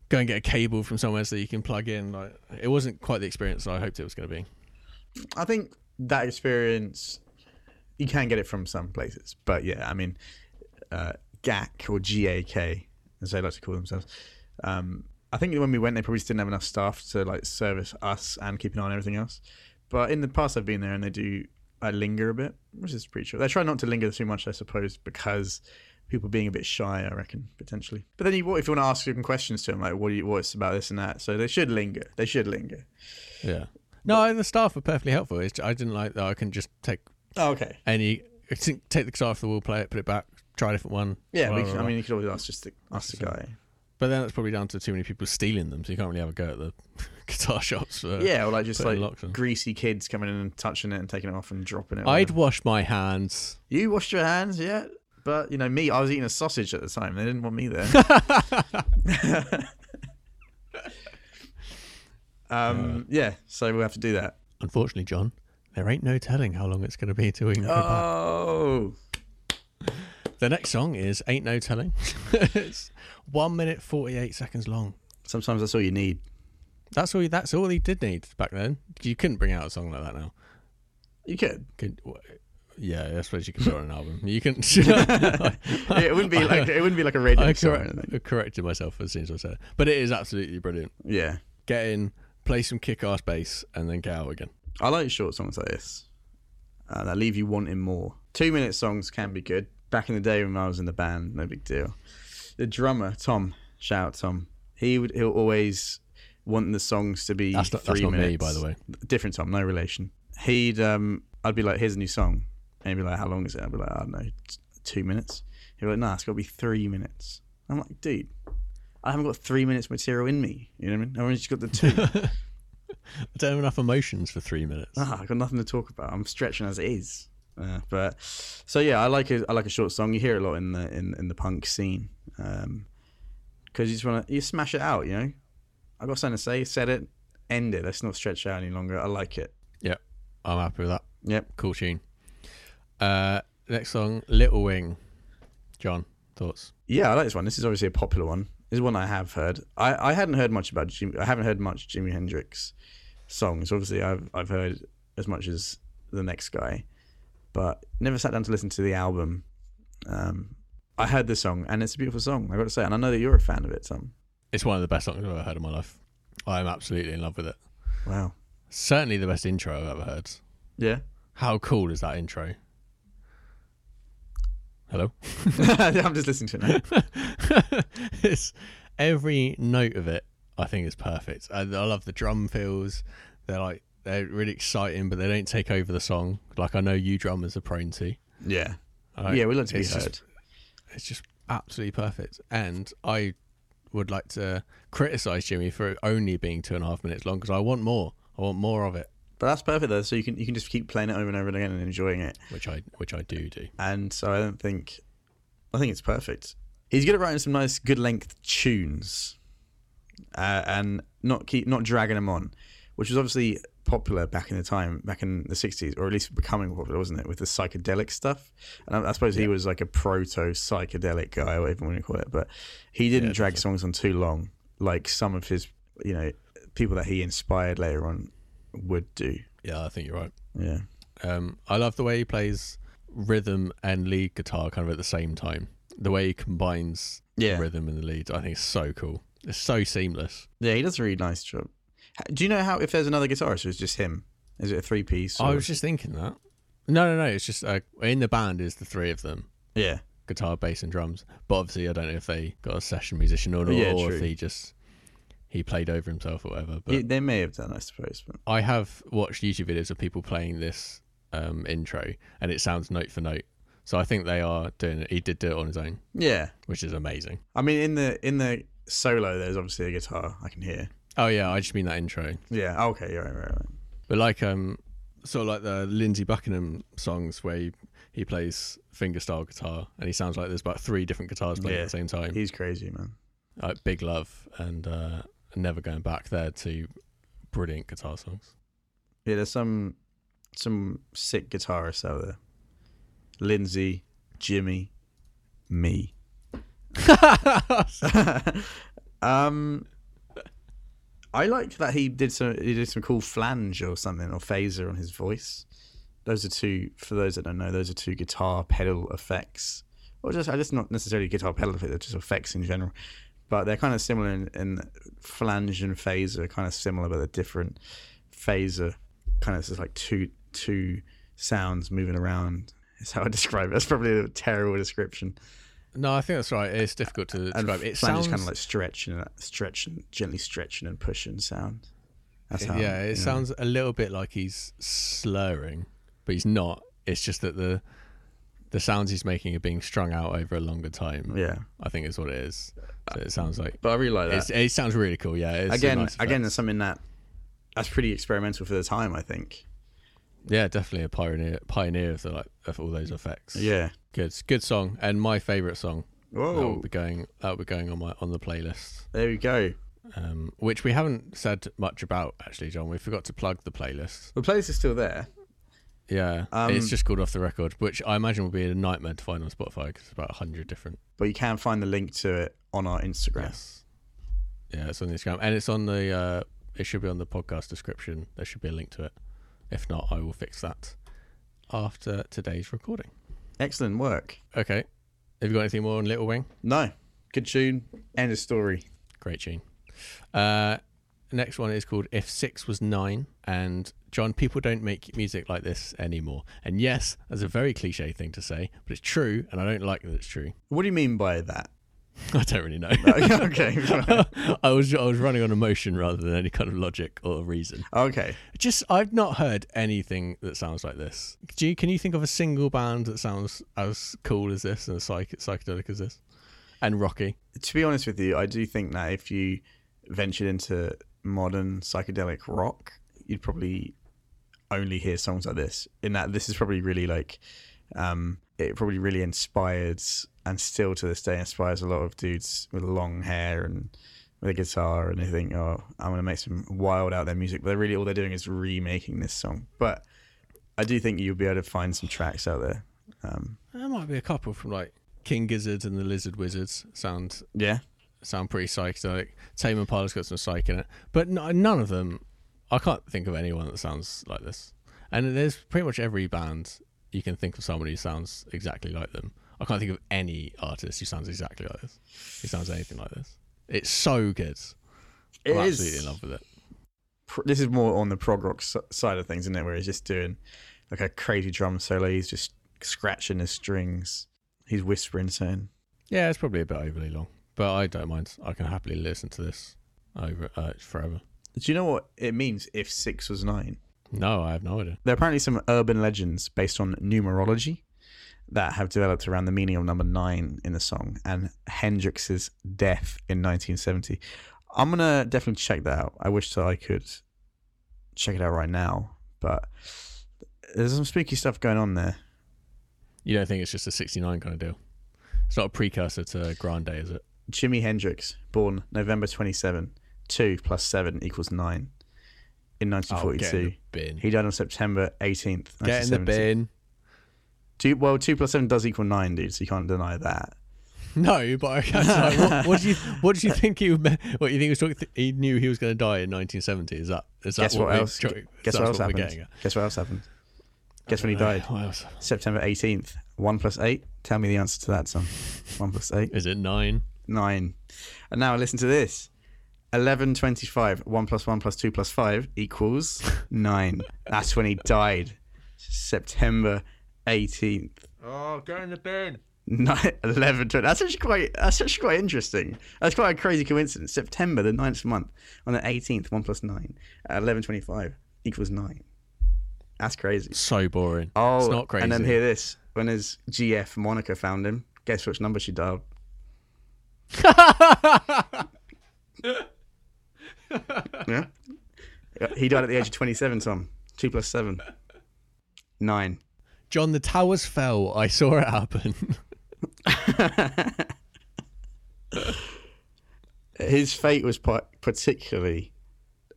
A: go and get a cable from somewhere so that you can plug in like it wasn't quite the experience that i hoped it was going to be
B: I think that experience you can get it from some places, but yeah, I mean, uh, GAK or GAK, as they like to call themselves. Um, I think when we went, they probably just didn't have enough staff to like service us and keep an eye on everything else. But in the past, I've been there and they do I linger a bit, which is pretty true. They try not to linger too much, I suppose, because people being a bit shy, I reckon, potentially. But then, you, what if you want to ask them questions to them, like what do you, what's about this and that? So they should linger. They should linger.
A: yeah no the staff were perfectly helpful it's, i didn't like that i can just take
B: Oh, okay.
A: any take the guitar off the wall play it put it back try a different one
B: Yeah,
A: blah,
B: we
A: blah,
B: can, I
A: blah.
B: mean, you could always ask just the, ask the guy.
A: but then that's probably down to too many people stealing them so you can't really have a go at the guitar shops for
B: Yeah, or like just
A: put it in
B: like
A: lockdown.
B: greasy kids coming in and touching it and taking it off and dropping it.
A: i'd wash my hands
B: you washed your hands, yeah. But you know me, I was eating a sausage at the time. They didn't want me there. um, yeah. so we'll have to do that.
A: unfortunately john there ain't no telling how long it's going to be till we can go
B: Uh.
A: back.
B: Oh,
A: The next song is Ain't No Telling. it's 1 minute 48 seconds long.
B: sometimes that's all you need.
A: That's all. he- That's all he did need back then. You couldn't bring out a song like that now.
B: You could.
A: Could, wha- yeah, I suppose you could put it on an album. You can. I,
B: It wouldn't be like it wouldn't be like a radio
A: I
B: song. or
A: correct-
B: anything.
A: I corrected myself as soon as I said it, but it is absolutely brilliant.
B: Yeah,
A: Get in, play some kick-ass bass, and then get out again.
B: I like short songs like this. Uh, that leave you wanting more. Two minute songs can be good. Back in the day when I was in the band, no big deal. The drummer, Tom, shout out Tom. He would he'll always want the songs to be
A: That's not,
B: three
A: that's not
B: minutes.
A: me, by the way.
B: Different Tom, no relation. He'd um I'd be like, here's a new song. And he'd be like, How long is it? I'd be like, I don't know, t- two minutes. He'd be like, nah, it's gotta be three minutes. I'm like, dude, I haven't got three minutes material in me. You know what I mean? I've only just got the two.
A: I don't have enough emotions for three minutes.
B: Ah, I've got nothing to talk about. I'm stretching as it is. Uh, but so yeah, I like a I like a short song. You hear it a lot in the in, in the punk scene because you just want to you smash it out. You know, I got something to say. Said it. End it. Let's not stretch it out any longer. I like it.
A: Yep, I'm happy with that.
B: Yep.
A: Cool tune. Uh, next song, Little Wing. John, thoughts?
B: Yeah, I like this one. This is obviously a popular one. This is one I have heard. I, I hadn't heard much about Jim. I haven't heard much Jimi Hendrix songs. Obviously, I've I've heard as much as the next guy, but never sat down to listen to the album. Um, I heard this song, and it's a beautiful song. I got to say, and I know that you're a fan of it, Tom.
A: It's one of the best songs I've ever heard in my life. I'm absolutely in love with it.
B: Wow.
A: Certainly the best intro I've ever heard.
B: Yeah.
A: How cool is that intro? Hello?
B: I'm just listening to it now.
A: it's every note of it I think is perfect. I, I love the drum fills. They're like they're really exciting, but they don't take over the song. Like I know you drummers are prone to.
B: Yeah.
A: Like,
B: yeah, we like to be
A: it's
B: heard.
A: just- it's just absolutely perfect. And I would like to criticize Jimmy for only being two and a half minutes long because I want more. I want more of it,
B: But that's perfect though. So you can you can just keep playing it over and over again and enjoying it.
A: which I which I do do.
B: and so I don't think I think it's perfect. He's good at writing some nice, good length tunes, uh, and not keep not dragging them on, which was obviously popular back in the time, back in the 60s, or at least becoming popular, wasn't it, with the psychedelic stuff? And I, I suppose he was like a proto psychedelic guy, whatever you want to call it, but he didn't
A: Yeah,
B: drag songs on too long, like some of his, you know, people that he inspired later on would do.
A: Yeah, I think you're right.
B: Yeah.
A: Um, I love the way he plays rhythm and lead guitar kind of at the same time. The way he combines
B: Yeah.
A: rhythm and the lead, I think is so cool. It's so seamless.
B: Yeah, he does a really nice job. H- Do you know how, if there's another guitarist, or it's just him? Is it a three piece?
A: I was just thinking that. No, no, no. It's just uh, in the band is the three of them:
B: yeah.
A: guitar, bass, and drums. But obviously, I don't know if they got a session musician or not,
B: Yeah,
A: or if
B: true.
A: he just he played over himself or whatever. But
B: Yeah, they may have done, I suppose. But
A: I have watched YouTube videos of people playing this um, intro, and it sounds note for note. So I think they are doing it. He did do it on his own,
B: yeah,
A: which is amazing.
B: I mean, in the in the solo, there's obviously a guitar I can hear.
A: Oh yeah, I just mean that intro.
B: Yeah. oh, okay. Right. Right. Right.
A: But like um sort of like the Lindsey Buckingham songs where he, he plays fingerstyle guitar and he sounds like there's about three different guitars playing
B: Yeah.
A: at the same time.
B: He's crazy, man.
A: Like uh, Big Love and uh Never Going Back there two brilliant guitar songs.
B: Yeah. There's some some sick guitarists out there. Lindsay, Jimmy, me. um, I liked that he did some he did some cool flange or something or phaser on his voice. Those are two for those that don't know. Those are two guitar pedal effects, or just I just not necessarily guitar pedal effects. They're just effects in general, but they're kind of similar in, in flange and phaser are kind of similar, but they're different. Phaser kind of just like two two sounds moving around. Is how I describe it. That's probably a terrible description
A: No, I think that's right. It's difficult to
B: and
A: describe. It
B: flange
A: sounds
B: is kind of like stretching, and- stretching, gently stretching and pushing sound. That's how.
A: yeah,
B: you know.
A: it sounds a little bit like he's slurring, but he's not. It's just that the the sounds he's making are being strung out over a longer time.
B: Yeah,
A: I think is what it is. So it sounds like
B: but I really like
A: It's, it sounds really cool. Yeah. It's a
B: again,
A: nice effect.
B: again, there's something that that's pretty experimental for the time. I think.
A: Yeah, definitely a pioneer pioneer of the like of all those effects.
B: Yeah.
A: Good, good song, and my favorite song. That will
B: Whoa!
A: be going. That will be going on my on the playlist,
B: There we go.
A: um, which we haven't said much about actually, John. We forgot to plug the playlist.
B: The place is still there.
A: Yeah,
B: Um,
A: it's just called off the record, which I imagine will be a nightmare to find on Spotify because it's about hundred different.
B: But you can find the link to it on our Instagram.
A: Yes. Yeah, it's on Instagram, and it's on the. Uh, it should be on the podcast description. There should be a link to it. If not, I will fix that after today's recording.
B: Excellent work.
A: Okay. Have you got anything more on Little Wing?
B: No, good tune. End of story.
A: Great tune. Uh, next one is called If Six Was Nine. And John, people don't make music like this anymore. And yes, that's a very cliche thing to say, but it's true. And I don't like that it's true.
B: What do you mean by that?
A: I don't really know.
B: okay. right.
A: I was I was running on emotion rather than any kind of logic or reason.
B: okay.
A: Just I've not heard anything that sounds like this. Do you, can you think of a single band that sounds as cool as this and as psych, psychedelic as this? And rocky.
B: to be honest with you, I do think that if you ventured into modern psychedelic rock, you'd probably only hear songs like this. In that, this is probably really like, um, it probably really inspired and still to this day inspires a lot of dudes with long hair and with a guitar and they think, oh, I'm gonna make some wild out their music. But they're really all they're doing is remaking this song. But I do think you'll be able to find some tracks out there. Um,
A: There might be a couple from like King Gizzard and the Lizard Wizards sound
B: yeah,
A: sound pretty psychedelic. Tame Impala's got some psych in it, but no, none of them. I can't think of anyone that sounds like this. And there's pretty much every band you can think of someone who sounds exactly like them. I can't think of any artist who sounds exactly like this. Who sounds anything like this? It's so good.
B: it is.
A: I'm absolutely in love with it.
B: pr- this is more on the prog rock s- side of things, isn't it? Where he's just doing like a crazy drum solo. He's just scratching his strings. He's whispering something.
A: Yeah, it's probably a bit overly long, but I don't mind. I can happily listen to this over uh, forever.
B: Do you know what it means if six was nine?
A: No, I have no idea.
B: There are apparently some urban legends based on numerology that have developed around the meaning of number nine in the song and Hendrix's death in 1970. I'm gonna definitely check that out. I wish that I could check it out right now, but there's some spooky stuff going on there.
A: You don't think it's just a 69 kind of deal? It's not a precursor to Grande, is it?
B: Jimi Hendrix, born November 27, 2 plus 7 equals 9. in
A: Oh, get in
B: 1942.
A: the bin.
B: he died on September 18th.
A: Get in the
B: 1970.
A: bin.
B: Two, well, two plus seven does equal nine, dude. So you can't deny that.
A: No, but I can't. Like, what, what do you what do you think he me- what you think he was talking? he knew he was going to die in 1970. Is that is that
B: Guess what
A: we-
B: else?
A: tro-
B: Guess
A: that's
B: what else
A: we're
B: happened?
A: getting at? Uh,
B: Guess what else happened? Guess when he died?
A: What else?
B: September 18th. One plus eight. Tell me the answer to that, son. One plus eight.
A: Is it nine?
B: Nine. And now listen to this. Eleven twenty-five. One plus one plus two plus five equals nine. That's when he died. September 18th.
A: Oh, get in the bin.
B: Nine, 11, 20. That's actually quite. That's actually quite interesting. That's quite a crazy coincidence. September, the ninth month, on the eighteenth, one plus nine, at eleven twenty-five equals nine. That's crazy.
A: So boring.
B: Oh,
A: it's not crazy.
B: And then hear this: when his GF Monica found him, guess which number she dialed? yeah, he died at the age of twenty-seven. Tom, two plus seven, nine.
A: John, the towers fell. I saw it happen.
B: his fate was par- particularly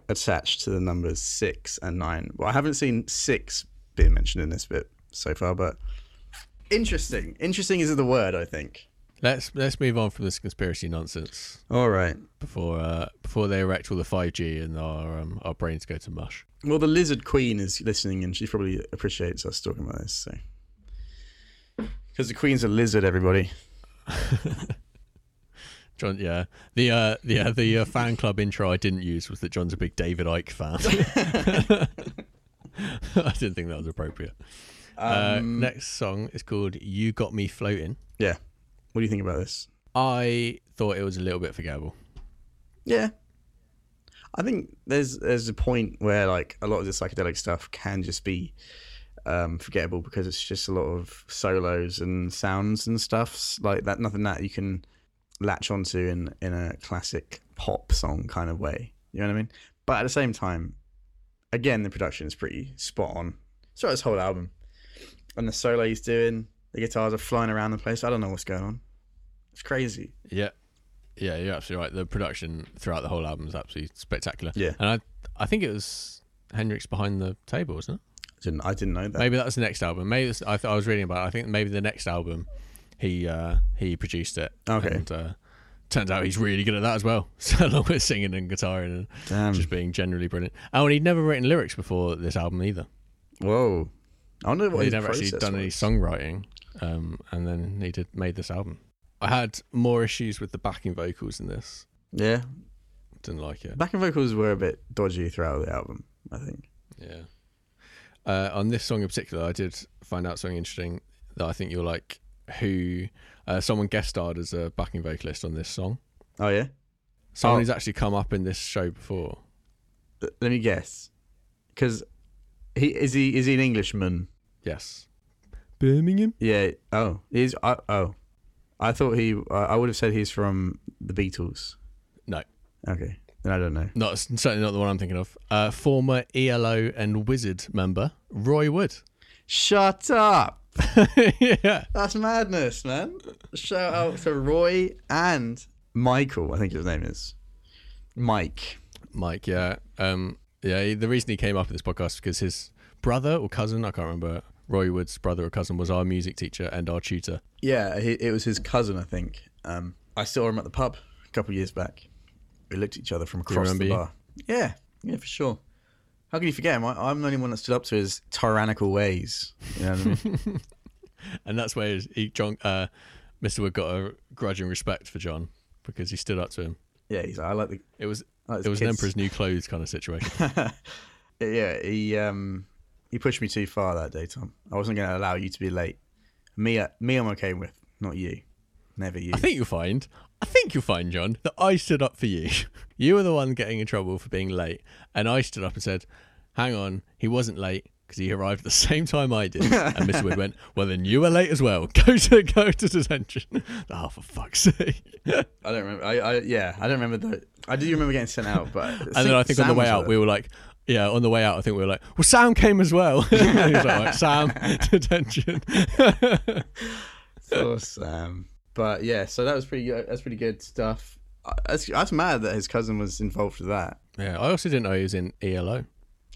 B: attached to the numbers six and nine. Well, I haven't seen six being mentioned in this bit so far, but interesting. Interesting is the word, I think.
A: let's let's move on from this conspiracy nonsense
B: All right.
A: before uh, before they erect all the 5G and our um, our brains go to mush.
B: Well, the lizard queen is listening, and she probably appreciates us talking about this. So, because the queen's a lizard, everybody.
A: John, yeah, the uh, the uh, the uh, fan club intro I didn't use was that John's a big David Icke fan. I didn't think that was appropriate. uh, next song is called "You Got Me Floating."
B: Yeah. What do you think about this?
A: I thought it was a little bit forgettable.
B: Yeah. I think there's there's a point where like a lot of the psychedelic stuff can just be um, forgettable because it's just a lot of solos and sounds and stuffs like that. Nothing that you can latch onto in in a classic pop song kind of way. You know what I mean? But at the same time, again, the production is pretty spot on. So this whole album, and the solo he's doing, the guitars are flying around the place. I don't know what's going on. It's crazy.
A: Yeah, yeah, you're absolutely right. The production throughout the whole album is absolutely spectacular.
B: Yeah.
A: and I I think it was Hendrix behind the table, wasn't it?
B: Didn't I didn't know that.
A: Maybe that's the next album. Maybe that's, I, th- I was reading about. It. I think maybe the next album, he uh, he produced it.
B: Okay.
A: And, uh, turns out he's really good at that as well. So along with singing and guitaring and
B: Damn.
A: just being generally brilliant. Oh, and he'd never written lyrics before this album either.
B: Whoa. I wonder what
A: he'd
B: his
A: never actually
B: process
A: done any
B: was.
A: songwriting, um, and then he did made this album. I had more issues with the backing vocals in this.
B: Yeah.
A: Didn't like it.
B: Backing vocals were a bit dodgy throughout the album, I think.
A: Yeah. Uh, on this song in particular, I did find out something interesting that I think you'll like. Who uh, someone guest starred as a backing vocalist on this song?
B: Oh, yeah?
A: Someone
B: Oh.
A: who's actually come up in this show before.
B: L- Let me guess. Because he is he is he an Englishman?
A: Yes. Birmingham.
B: Yeah. Oh, he's uh, oh. I thought he. Uh, I would have said he's from the Beatles.
A: No,
B: Okay, then I don't know.
A: not certainly not the one I'm thinking of. Uh, former ELO and Wizard member Roy Wood.
B: Shut up!
A: yeah.
B: That's madness, man. Shout out to Roy and Michael. I think his name is Mike.
A: Mike, yeah. Um, yeah, he- the reason he came up in this podcast is because his brother or cousin, I can't remember, Roy Wood's brother or cousin was our music teacher and our tutor.
B: Yeah, he, it was his cousin, I think. Um, I saw him at the pub a couple of years back. We looked at each other from
A: you
B: across the
A: remember
B: bar. Yeah, yeah, for sure. How can you forget him? I, I'm the only one that stood up to his tyrannical ways. You know what I mean?
A: And that's where he, John, uh, Mr. Wood got a grudging respect for John because he stood up to him.
B: yeah, he's like, I like the.
A: It was
B: I like
A: it was an
B: kids.
A: emperor's new clothes kind of situation.
B: Yeah, he um he pushed me too far that day, Tom. I wasn't going to allow you to be late. Me, uh, me, I'm okay with, not you. Never you.
A: I think you'll find, I think you'll find, John, that I stood up for you. You were the one getting in trouble for being late, and I stood up and said, "Hang on, he wasn't late." Because he arrived at the same time I did, and Mr. Wood went, "Well, then you were late as well. Go to go to detention." Oh, for fuck's sake!
B: I don't remember. I, I yeah, I don't remember the. I do remember getting sent out, but
A: And then I think on the way out, we were like, yeah, on the way out, I think we were like, well, Sam came as well. And he was like, "Right, Sam, detention.
B: awesome. Um, But yeah, so that was pretty. good. That's pretty good stuff. I, that's, that's mad that his cousin was involved with that.
A: Yeah, I also didn't know he was in ELO.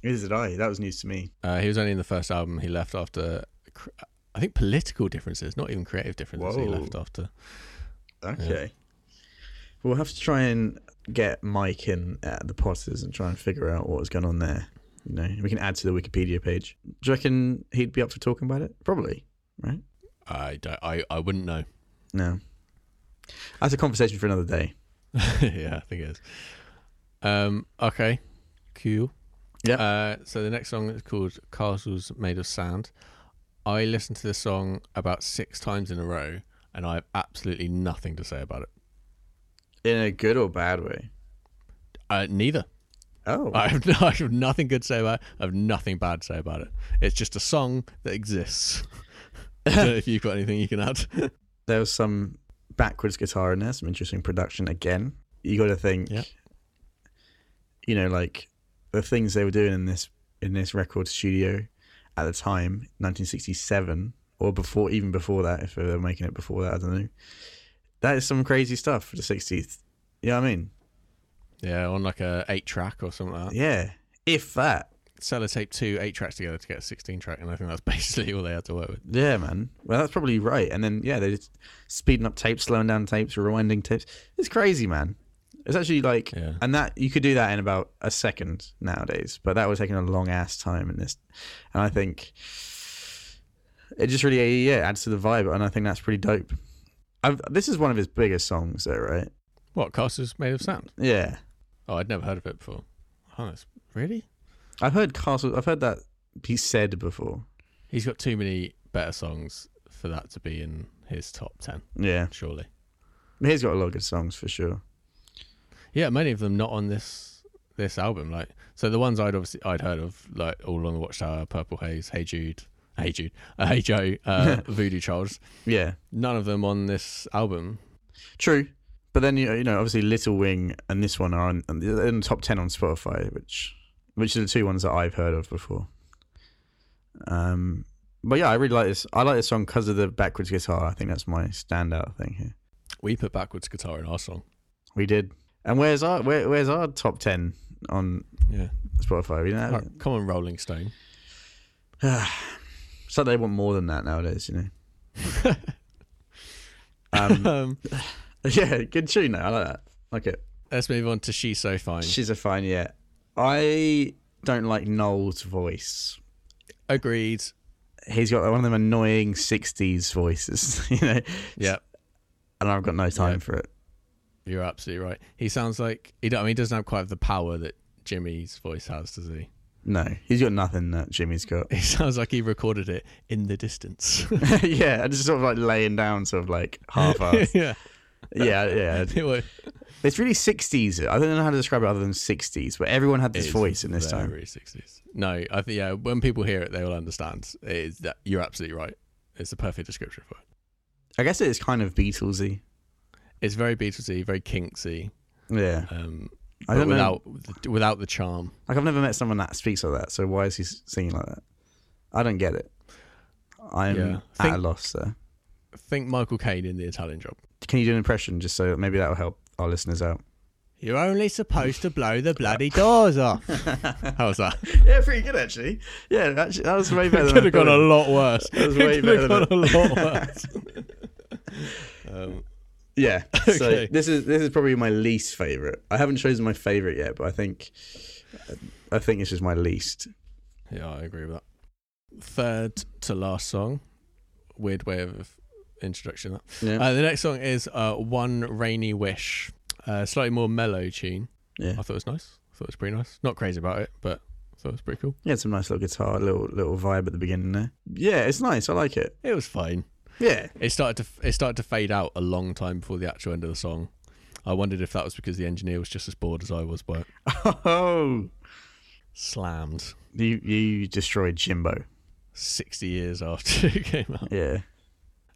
B: Is it I? That was news to me.
A: Uh, he was only in the first album. He left after, cr- I think, political differences, not even creative differences. He
B: Whoa.
A: left after.
B: Okay. We'll have to try and get Mike in at the Potters and try and figure out what was going on there. You know, we can add to the Wikipedia page. Do you reckon he'd be up for talking about it? Probably, right?
A: I don't. I, I wouldn't know.
B: No. That's a conversation for another day.
A: yeah, I think it is. Um, okay, cool.
B: Yeah.
A: Uh, so the next song is called "Castles Made of Sand." I listened to this song about six times in a row, and I have absolutely nothing to say about it.
B: In a good or bad way.
A: Uh, neither.
B: Oh.
A: I have, I have nothing good to say about it. I have nothing bad to say about it. It's just a song that exists. I don't know if you've got anything you can add.
B: there was some backwards guitar in there, some interesting production again. You got to think,
A: Yeah.
B: you know, like the things they were doing in this in this record studio at the time, 1967, or before, even before that, if they were making it before that, I don't know. That is some crazy stuff for the 60th. You know what I mean?
A: yeah, on like a eight track or something like that.
B: Yeah, if that.
A: Sellotape two eight tracks together to get a sixteen track, and I think that's basically all they had to work with.
B: Yeah, man. Well, that's probably right. And then yeah, they're just speeding up tapes, slowing down tapes, rewinding tapes. It's crazy, man. It's actually like,
A: Yeah.
B: and that you could do that in about a second nowadays, but that was taking a long ass time in this. And I think it just really yeah adds to the vibe, and I think that's pretty dope. I've, this is one of his biggest songs, though, right?
A: What castles made of sand?
B: Yeah,
A: Oh, I'd never heard of it before. Oh, that's, really?
B: I've heard Castle. I've heard that be said before.
A: He's got too many better songs for that to be in his top ten,
B: Yeah,
A: surely.
B: he's got a lot of good songs for sure.
A: Yeah, many of them not on this this album. Like, so the ones I'd obviously I'd heard of, like All Along the Watchtower, Purple Haze, Hey Jude, Hey Jude, uh, Hey Joe, uh, Voodoo Childs.
B: Yeah,
A: None of them on this album.
B: True, but then you you know obviously Little Wing and this one are on, in the top ten on Spotify, which which are the two ones that I've heard of before. Um, but yeah, I really like this. I like this song because of the backwards guitar. I think that's my standout thing here.
A: We put backwards guitar in our song.
B: We did. And where's our where, where's our top ten on
A: Yeah,
B: Spotify? You know,
A: Right, come on, Rolling Stone.
B: it's like they want more than that nowadays. You know.
A: Um,
B: Yeah, good tune. though. I like that. Like it.
A: let's move on to She's So Fine.
B: She's a fine. Yeah, I don't like Noel's voice.
A: Agreed.
B: he's got one of them annoying 60s voices, you know,
A: Yeah.
B: and I've got no time
A: Yeah.
B: for it.
A: You're absolutely right. He sounds like he. Don't, I mean, he doesn't have quite have the power that Jimmy's voice has, does he?
B: No, he's got nothing that Jimmy's got.
A: He sounds like he recorded it in the distance.
B: yeah, and just sort of like laying down, sort of like half assed.
A: yeah,
B: yeah, yeah.
A: it was
B: It's really 60s. I don't know how to describe it other than 60s, but everyone had this voice in this time.
A: very 60s. No, I think yeah. When people hear it, they will understand. It is that you're absolutely right. It's the perfect description for it.
B: I guess it is kind of Beatlesy.
A: It's very Beatlesy, very Kinksy,
B: Yeah.
A: um,
B: I
A: but
B: don't know.
A: without the, without the charm.
B: Like, I've never met someone that speaks like that, so why is he singing like that? I don't get it. I'm
A: Yeah.
B: at
A: Think-
B: a loss there.
A: Think Michael Caine in The Italian Job.
B: Can you do an impression just so maybe that'll help our listeners out?
A: You're only supposed to blow the bloody doors off. How's that?
B: Yeah, pretty good actually. Yeah, actually, that was way better.
A: Could
B: than I
A: have gone a
B: thought.
A: lot worse.
B: That was way
A: It could
B: better
A: have gone
B: than
A: a lot worse. um,
B: Yeah. So
A: Okay.
B: this is this is probably my least favorite. I haven't chosen my favorite yet, but I think I think this is my least.
A: yeah, I agree with that. Third to last song. Weird way of introduction. That
B: Yeah.
A: uh, the next song is uh, "One Rainy Wish," uh, slightly more mellow tune.
B: Yeah.
A: I thought it was nice. I thought it was pretty nice. Not crazy about it, but I thought it was pretty cool.
B: You had some nice little guitar, little little vibe at the beginning there. Yeah, it's nice. I like it.
A: It was fine.
B: Yeah.
A: It started to it started to fade out a long time before the actual end of the song. I wondered if that was because the engineer was just as bored as I was, but
B: Oh,
A: slammed.
B: you you destroyed Jimbo.
A: 60 years after it came out.
B: Yeah.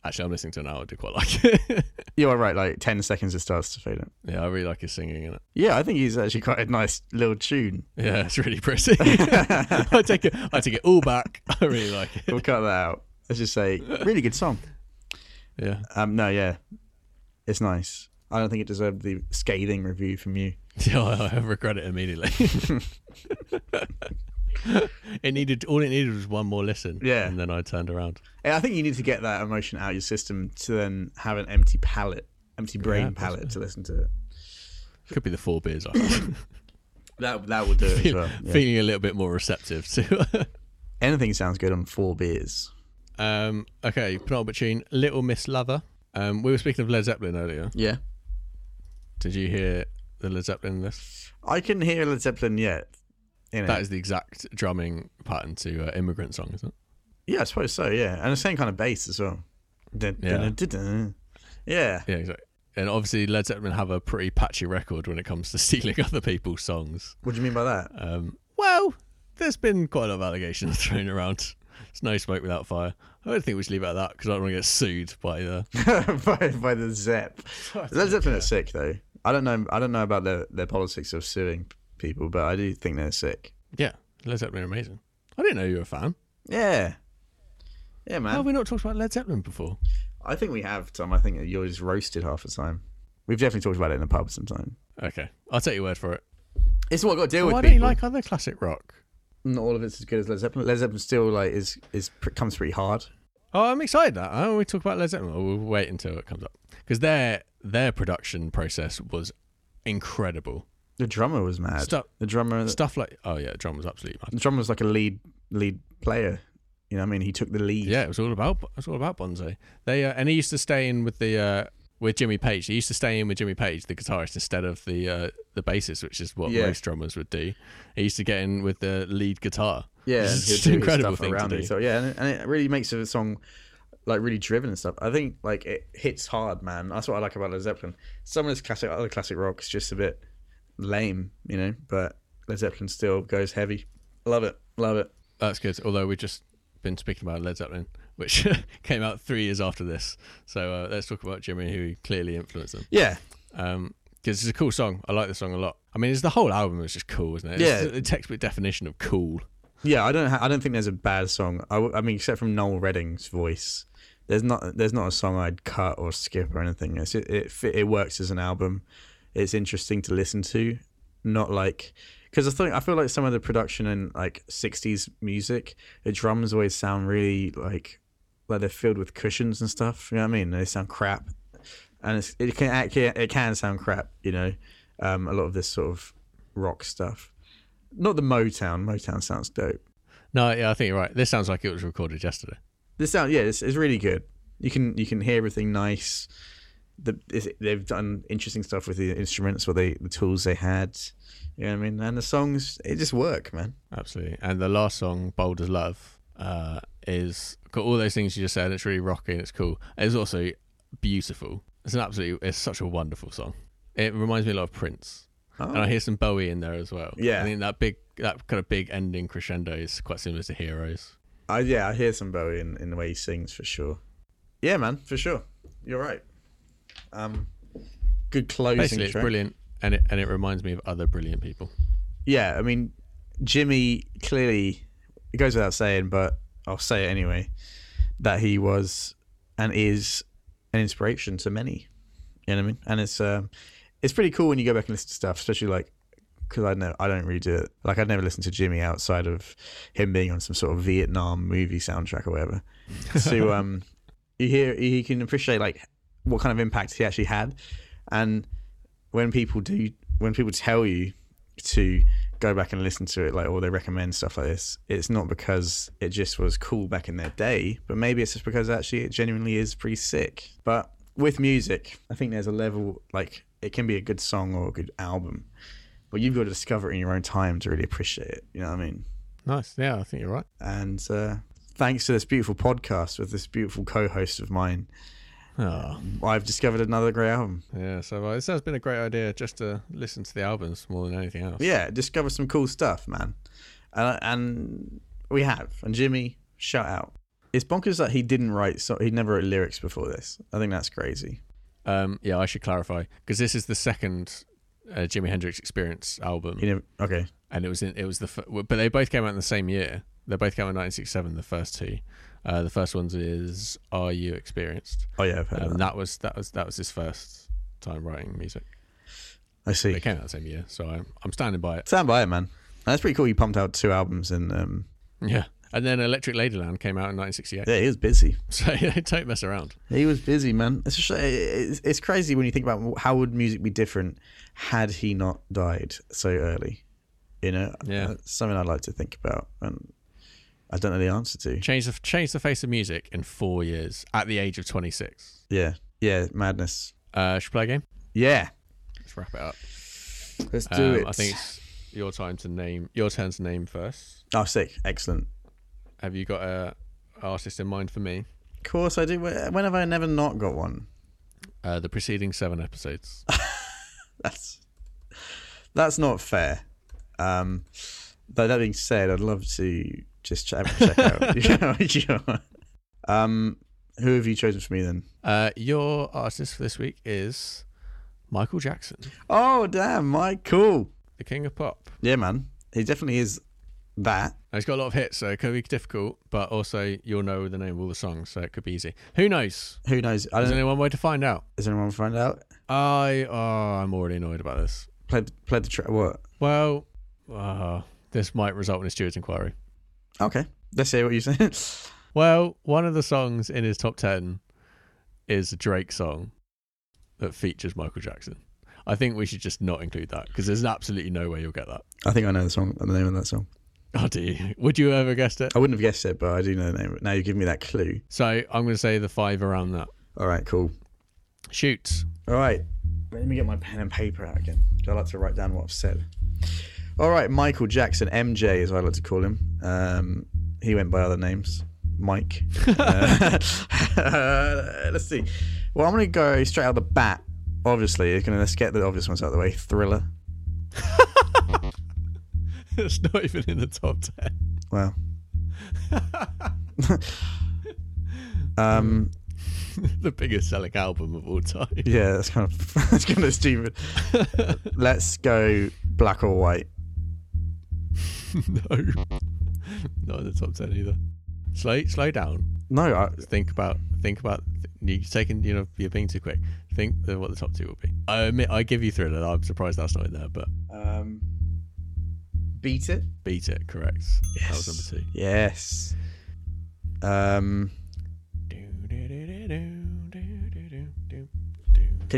A: Actually, I'm listening to it now. I do quite like it.
B: You are right. Like ten seconds, it starts to fade out.
A: yeah, I really like his singing in it.
B: Yeah, I think he's actually quite a nice little tune.
A: Yeah, it's really pretty. I take it. I take it all back. I really like it.
B: We'll cut that out. Let's just say, really good song.
A: Yeah,
B: Um, no, yeah, it's nice. I don't think it deserved the scathing review from you.
A: yeah. I, I regret it immediately. it needed all it needed was one more listen.
B: Yeah.
A: and then I turned around.
B: Eh, I think you need to get that emotion out of your system to then have an empty palate, empty brain palate to listen to it.
A: Could be the four beers after.
B: That that would do it as well. Yeah.
A: Feeling a little bit more receptive to.
B: Anything sounds good on four beers.
A: um, okay, penultimate tune, Little Miss Lover. Um, we were speaking of Led Zeppelin earlier.
B: Yeah.
A: Did you hear the Led Zeppelin in this?
B: I couldn't hear Led Zeppelin yet. In it.
A: That is the exact drumming pattern to uh, Immigrant Song, isn't it?
B: yeah, I suppose so, yeah. And the same kind of bass as well. Dun,
A: Yeah.
B: dun, dun, dun, dun. yeah.
A: Yeah, exactly. And obviously, Led Zeppelin have a pretty patchy record when it comes to stealing other people's songs.
B: What do you mean by that?
A: Um, well, there's been quite a lot of allegations thrown around. It's no smoke without fire. I don't think we should leave it at that because I don't want to get sued by uh, the.
B: by, by the Zepp. Led Zeppelin are sick though. I don't know I don't know about their, their politics of suing people, but I do think they're sick.
A: Yeah, Led Zeppelin are amazing. I didn't know you were a fan.
B: Yeah. Yeah, man.
A: How have we not talked about Led Zeppelin before?
B: I think we have, Tom. I think you're just roasted half the time. We've definitely talked about it in the pub sometime.
A: Okay, I'll take your word for it.
B: It's what I've got to deal
A: Why
B: with
A: don't you
B: people.
A: like other classic rock?
B: Not all of it's as good as Led Zeppelin. Led Zeppelin still like is is pr- comes pretty hard.
A: Oh, I'm excited. That oh, we talk about Led Zeppelin. Oh, we'll wait until it comes up because their their production process was incredible.
B: The drummer was mad.
A: Stuff
B: The drummer.
A: stuff like oh yeah, drum was absolutely mad.
B: The drummer was like a lead lead player. You know, what I mean, he took the lead.
A: Yeah, it was all about it was all about Bonzo. They uh, and he used to stay in with the uh, with Jimmy Page. He used to stay in with Jimmy Page, the guitarist, instead of the uh, the bassist, which is what
B: Yeah.
A: most drummers would do. He used to get in with the lead guitar.
B: yeah.
A: It's
B: and he'd
A: just
B: do
A: an
B: his
A: incredible
B: stuff
A: thing to
B: around it.
A: do.
B: So yeah, and it, and it really makes the song like really driven and stuff. I think like it hits hard, man. That's what I like about Led Zeppelin. Some of this classic, other classic rock is just a bit lame, you know. But Led Zeppelin still goes heavy. Love it, love it.
A: That's good. Although we've just been speaking about Led Zeppelin, which came out three years after this. So uh, let's talk about Jimmy, who clearly influenced them.
B: Yeah,
A: Because it's a cool song. I like the song a lot. I mean, it's the whole album is just cool, isn't it? It's
B: Yeah.
A: the textbook definition of cool.
B: Yeah, I don't. Ha- I don't think there's a bad song. I, w- I mean, except from Noel Redding's voice, there's not. There's not a song I'd cut or skip or anything. It's, it it, fit, it works as an album. It's interesting to listen to, not like because I think I feel like some of the production in like '60s music, the drums always sound really like like they're filled with cushions and stuff. You know what I mean? They sound crap, and it's, it can act- it can sound crap. You know, um, a lot of this sort of rock stuff. Not the Motown. Motown sounds dope.
A: No, yeah, I think you're right. This sounds like it was recorded yesterday.
B: The sound, yeah, it's, it's really good. You can you can hear everything nice. The is, they've done interesting stuff with the instruments, or they the tools they had. You know what I mean? And the songs, it just work, man.
A: Absolutely. And the last song, Bold as Love, uh, is got all those things you just said. It's really rocky and it's cool. It's also beautiful. It's an absolute, it's such a wonderful song. It reminds me a lot of Prince.
B: Oh.
A: And I hear some Bowie in there as well.
B: Yeah.
A: I think that big, that kind of big ending crescendo is quite similar to Heroes.
B: I yeah, I hear some Bowie in, in the way he sings for sure. Yeah, man, for sure. You're right. Um, good closing
A: Basically, it's
B: track.
A: brilliant and it, and it reminds me of other brilliant people.
B: yeah, I mean, Jimmy clearly, it goes without saying, but I'll say it anyway, that he was and is an inspiration to many. You know what I mean? And it's um, it's pretty cool when you go back and listen to stuff, especially like because I know I don't really do it. Like I'd never listened to Jimmy outside of him being on some sort of Vietnam movie soundtrack or whatever. so um, you hear you can appreciate like what kind of impact he actually had, and when people do when people tell you to go back and listen to it like or they recommend stuff like this it's not because it just was cool back in their day but maybe it's just because actually it genuinely is pretty sick but with music i think there's a level like it can be a good song or a good album but you've got to discover it in your own time to really appreciate it you know what i mean
A: Nice. Yeah, I think you're right.
B: and uh, thanks to this beautiful podcast with this beautiful co-host of mine
A: Oh,
B: i've discovered another great album
A: yeah. So uh, this has been a great idea just to listen to the albums more than anything else.
B: yeah, discover some cool stuff, man. Uh, and we have. And Jimmy, shout out. It's bonkers that he didn't write. So he never wrote lyrics before this. I think that's crazy.
A: Um, yeah, I should clarify because this is the second uh, Jimi Hendrix Experience album,
B: He never. Okay.
A: and it was in it was the f- but they both came out in the same year. They both came out in 1967. The first two, uh, the first one's is Are You Experienced?
B: Oh yeah, I've heard of
A: Um,
B: that.
A: that was that was that was his first time writing music.
B: I
A: They
B: see.
A: came out the same year, so I'm I'm standing by it.
B: Stand by it, man. That's pretty cool. He pumped out two albums, and um,
A: Yeah. And then Electric Ladyland came out in 1968.
B: yeah, he was busy.
A: So yeah, don't mess around.
B: He was busy, man. It's just, it's, it's crazy when you think about how would music be different had he not died so early. You know,
A: Yeah.
B: That's something I like to think about, and I don't know the answer to.
A: Changed the, changed the face of music in four years at the age of 26.
B: Yeah, yeah, madness.
A: Uh, should we play a game?
B: Yeah,
A: Let's wrap it up.
B: let's do
A: Um,
B: it.
A: I think it's your time to name. Your turn to name first.
B: Oh, sick! Excellent.
A: Have you got a artist in mind for me?
B: Of course, I do. Wh- When have I never not got one?
A: Uh, the preceding seven episodes.
B: That's that's not fair. Um, though that being said, I'd love to just check, check out. your- um, who have you chosen for me then?
A: Uh, your artist for this week is Michael Jackson,
B: Oh damn, Michael.
A: the king of pop.
B: Yeah, man, he definitely is that.
A: Now, he's got a lot of hits, so it could be difficult, but also you'll know the name of all the songs, so it could be easy. Who knows?
B: Who knows? I
A: There's
B: don't.
A: only one way to find out.
B: Does anyone find out?
A: Uh, I oh, I'm already annoyed about this.
B: Play the play the track. What?
A: Well, uh, this might result in a Stewart's inquiry.
B: Okay, let's hear what you say.
A: Well, one of the songs in his top 10 is a Drake song that features Michael Jackson. I think we should just not include that because there's absolutely no way you'll get that.
B: I think I know the song, the name of that song.
A: Oh, do you? Would you ever guessed it?
B: I wouldn't have guessed it, but I do know the name. Now you give me that clue.
A: So I'm going to say the five around that.
B: All right, cool.
A: Shoots.
B: All right. Let me get my pen and paper out again. I like to write down what I've said. All right, Michael Jackson, MJ is what I like to call him. Um, he went by other names, Mike. Uh, let's see. Well, I'm going to go straight out the bat. Obviously, it's gonna, let's get the obvious ones out of the way. Thriller.
A: it's not even in the top 10.
B: Well. um,
A: the biggest selling album of all time.
B: yeah, that's kind of that's kind of stupid. Let's go black or white.
A: no. Not in the top 10 either. Slow, slow down.
B: No, I,
A: Think about, think about, you're taking, you know, you're being too quick. Think of what the top two will be. I admit, I give you Thriller. I'm surprised that's not in there, but
B: Um, beat it.
A: Beat It, correct. That was number two.
B: Yes. Um, can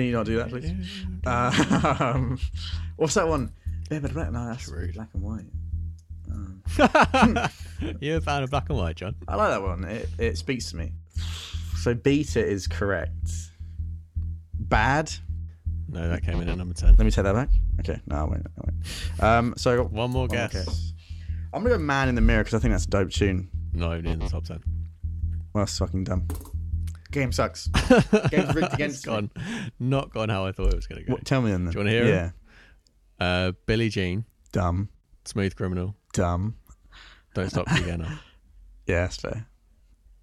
B: you not do that, please? Um, what's that one? Yeah, but right, no, that's
A: Rude.
B: black and white.
A: You're a fan of black and white, John.
B: I like that one. It it speaks to me. So beat it is correct. Bad.
A: No, that came in at number 10.
B: Let me take that back. Okay, no, I won't. I won't. Um, so I got
A: One more
B: one
A: guess.
B: guess. I'm gonna go Man in the Mirror because I think that's a dope tune.
A: Not even in the top 10.
B: Well, that's fucking dumb. Game sucks. Game's rigged
A: It's
B: against me.
A: gone. Not gone how I thought it was going to go.
B: What, tell me then.
A: Do you wanna hear 'em?
B: Yeah.
A: Uh, Billie Jean,
B: Dumb.
A: Smooth Criminal,
B: Dumb.
A: Don't Stop Till You Get Enough,
B: Yeah, that's fair.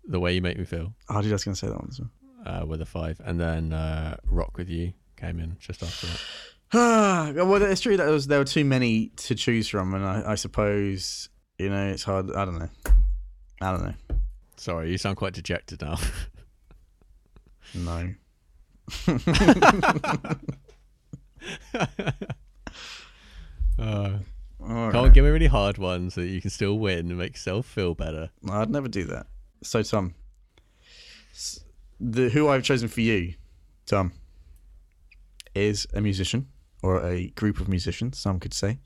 A: The Way You Make Me Feel
B: Oh, dude, I was going to say that one as well.
A: uh, were the five. And then uh, Rock With You came in just after that.
B: Ah, well, it's true that there, was, there were too many to choose from, and I, I suppose, you know, it's hard. I don't know. I don't know.
A: Sorry, you sound quite dejected now.
B: No.
A: Uh,
B: All
A: Can't
B: right.
A: give me really hard ones so that you can still win and make yourself feel better.
B: No, I'd never do that. So, Tom, s- the who I've chosen for you, Tom, is a musician or a group of musicians. Some could say,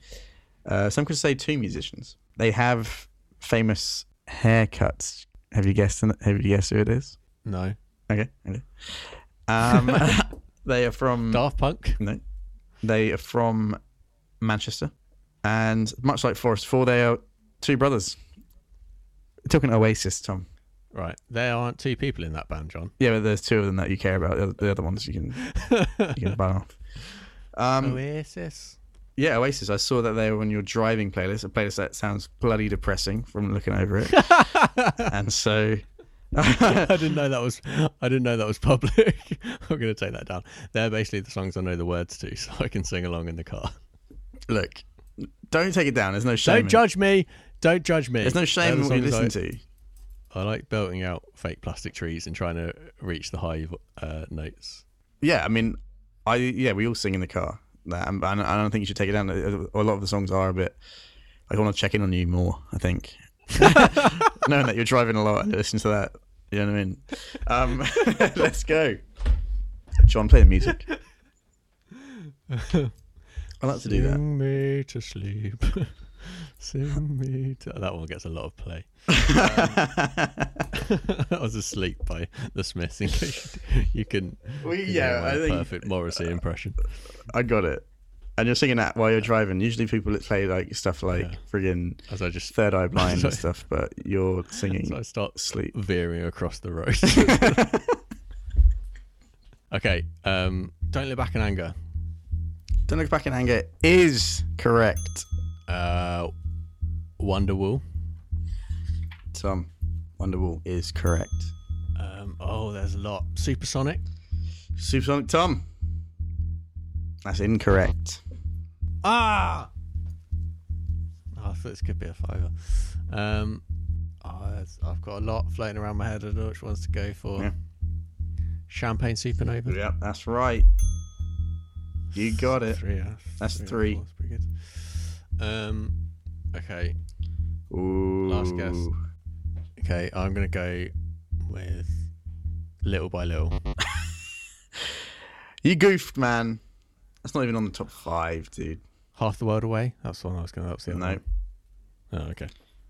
B: uh, some could say two musicians. They have famous haircuts. Have you guessed? Have you guessed who it is?
A: No.
B: Okay. okay. Um, they are from
A: Daft Punk?
B: no, they are from Manchester, and much like Forest Four, they are two brothers. Talking Oasis, Tom.
A: Right. There aren't two people in that band, John.
B: Yeah, but there's two of them that you care about. The other, the other ones you can you can ban off. Um,
A: Oasis.
B: yeah, Oasis. I saw that they were on your driving playlist, a playlist that sounds bloody depressing from looking over it. and so,
A: I didn't know that was I didn't know that was public. I'm gonna take that down. They're basically the songs I know the words to, so I can sing along in the car.
B: look, don't take it down. There's no shame.
A: Don't
B: in it.
A: judge me. Don't judge me.
B: There's no shame in what you listen
A: I,
B: to.
A: I like belting out fake plastic trees and trying to reach the high uh, notes.
B: Yeah, I mean, I yeah, we all sing in the car. That, and and I don't think you should take it down. A lot of the songs are a bit I want to check in on you more. I think knowing that you're driving a lot, I listen to that. You know what I mean? Um, let's go. John, play the music. I like to do that.
A: Sing me to sleep. Sing me to. That one gets a lot of play. Um, I was asleep by the Smiths. In case you couldn't.
B: We-
A: give
B: yeah,
A: away
B: I
A: the
B: think- uh,
A: perfect Morrissey impression.
B: I got it. And you're singing that while you're driving. Usually people play like stuff like friggin'
A: As I just
B: Third Eye Blind
A: Sorry.
B: and stuff, but you're
A: as I
B: singing
A: start
B: Sleep.
A: veering across the road. okay. Um, don't look back in anger.
B: Don't Look Back in Anger is correct.
A: Uh, Wonderwall.
B: Tom, Wonderwall is correct.
A: Um, oh, there's a lot. Supersonic.
B: Supersonic Tom. That's incorrect.
A: Ah. Oh, I thought this could be a fiver. Um, oh, that's- I've got a lot floating around my head. I don't know which ones to go for.
B: Yeah.
A: Champagne Supernova.
B: Yep, that's right. You got it.
A: Three. uh,
B: That's
A: or
B: three.
A: four, That's pretty good. Um, okay.
B: Ooh.
A: Last guess. Okay. I'm gonna go with little by little.
B: You goofed, man. That's not even on the top five, dude.
A: Half the world away. That's the one I was gonna. That's the other
B: No.
A: one. Oh, okay.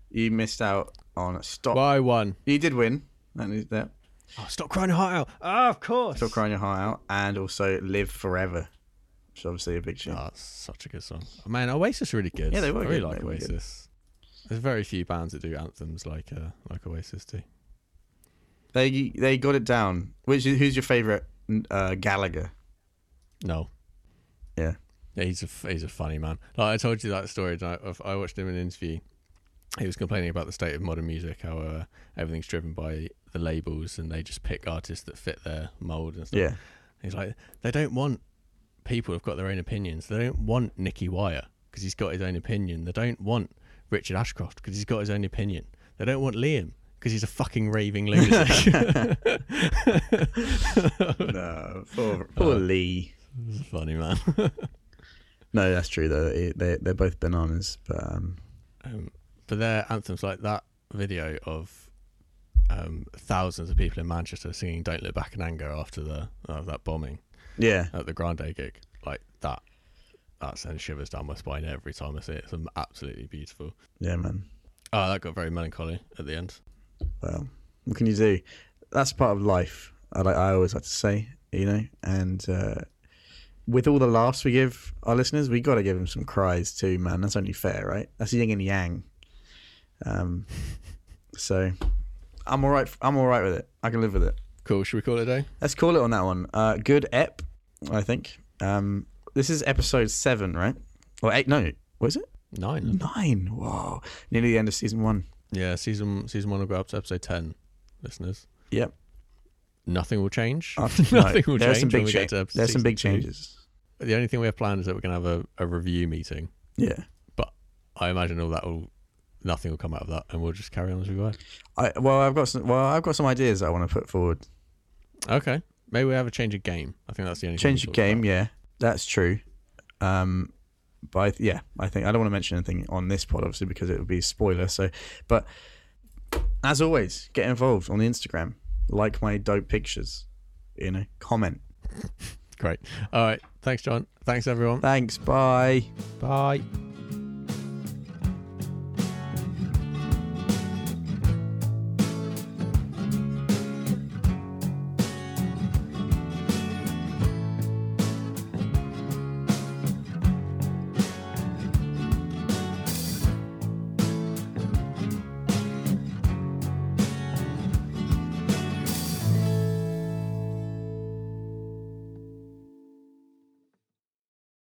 B: You missed out on a stop.
A: By one.
B: You did win. That is that.
A: Oh, stop crying your heart out. Ah, of course.
B: Stop crying your heart out, and also live forever, which is obviously a big shit.
A: Oh, it's such a good song. Man, Oasis are really good.
B: Yeah, they were
A: I really
B: good.
A: like
B: They were good.
A: Oasis. There's very few bands that do anthems like uh, like Oasis do.
B: They they got it down. Which is, who's your favorite? Uh, Gallagher.
A: No.
B: Yeah.
A: Yeah, he's a f- he's a funny man. Like I told you that story. and I, of- I watched him in an interview. He was complaining about the state of modern music, how uh, everything's driven by the labels and they just pick artists that fit their mold and stuff.
B: Yeah.
A: He's like, they don't want people who've got their own opinions. They don't want Nicky Wire because he's got his own opinion. They don't want Richard Ashcroft because he's got his own opinion. They don't want Liam because he's a fucking raving lunatic.
B: No, poor, poor Lee.
A: It's funny, man.
B: No, that's true though. It- They they're both bananas, but um,
A: Um, but their anthems, like that video of um, thousands of people in Manchester singing "Don't Look Back in Anger" after the uh, that bombing
B: yeah.
A: at the Grande gig, like that. That sends shivers down my spine every time I see it. It's um, absolutely beautiful.
B: Yeah, man.
A: Oh, that got very melancholy at the end.
B: Well, what can you do? That's part of life. I like. I always like to say, you know. And uh, with all the laughs we give our listeners, we got to give them some cries too, man. That's only fair, right? That's yin and yang. Um, so I'm all right. I'm all right with it. I can live with it.
A: Cool. Should we call it a day?
B: Let's call it on that one. Uh, good ep, I think. Um, this is episode seven, right? Or eight? No, what is it?
A: Nine.
B: Nine. Wow, nearly the end of season one.
A: Yeah, season season one will go up to episode ten, listeners.
B: Yep.
A: Nothing will change.
B: After
A: Nothing will
B: there are
A: change
B: Uh, some
A: when
B: big
A: we get
B: changes.
A: to episode
B: There's some big
A: 62.
B: changes.
A: The only thing we have planned is that we're gonna have a, a review meeting.
B: Yeah.
A: I imagine all that will nothing will come out of that and we'll just carry on as we go.
B: I well, I've got some. Well, I've got some ideas that I want to put forward.
A: Okay. Maybe we have a change of game. I think that's the only thing
B: Change the
A: we'll talk
B: game.
A: about.
B: Yeah, that's true. Um, but I th- yeah, I think I don't want to mention anything on this pod, obviously, because it would be a spoiler. So, but as always, get involved on the Instagram. Like my dope pictures. You know, comment.
A: Great. All right. Thanks, John. Thanks everyone.
B: Thanks. Bye.
A: Bye.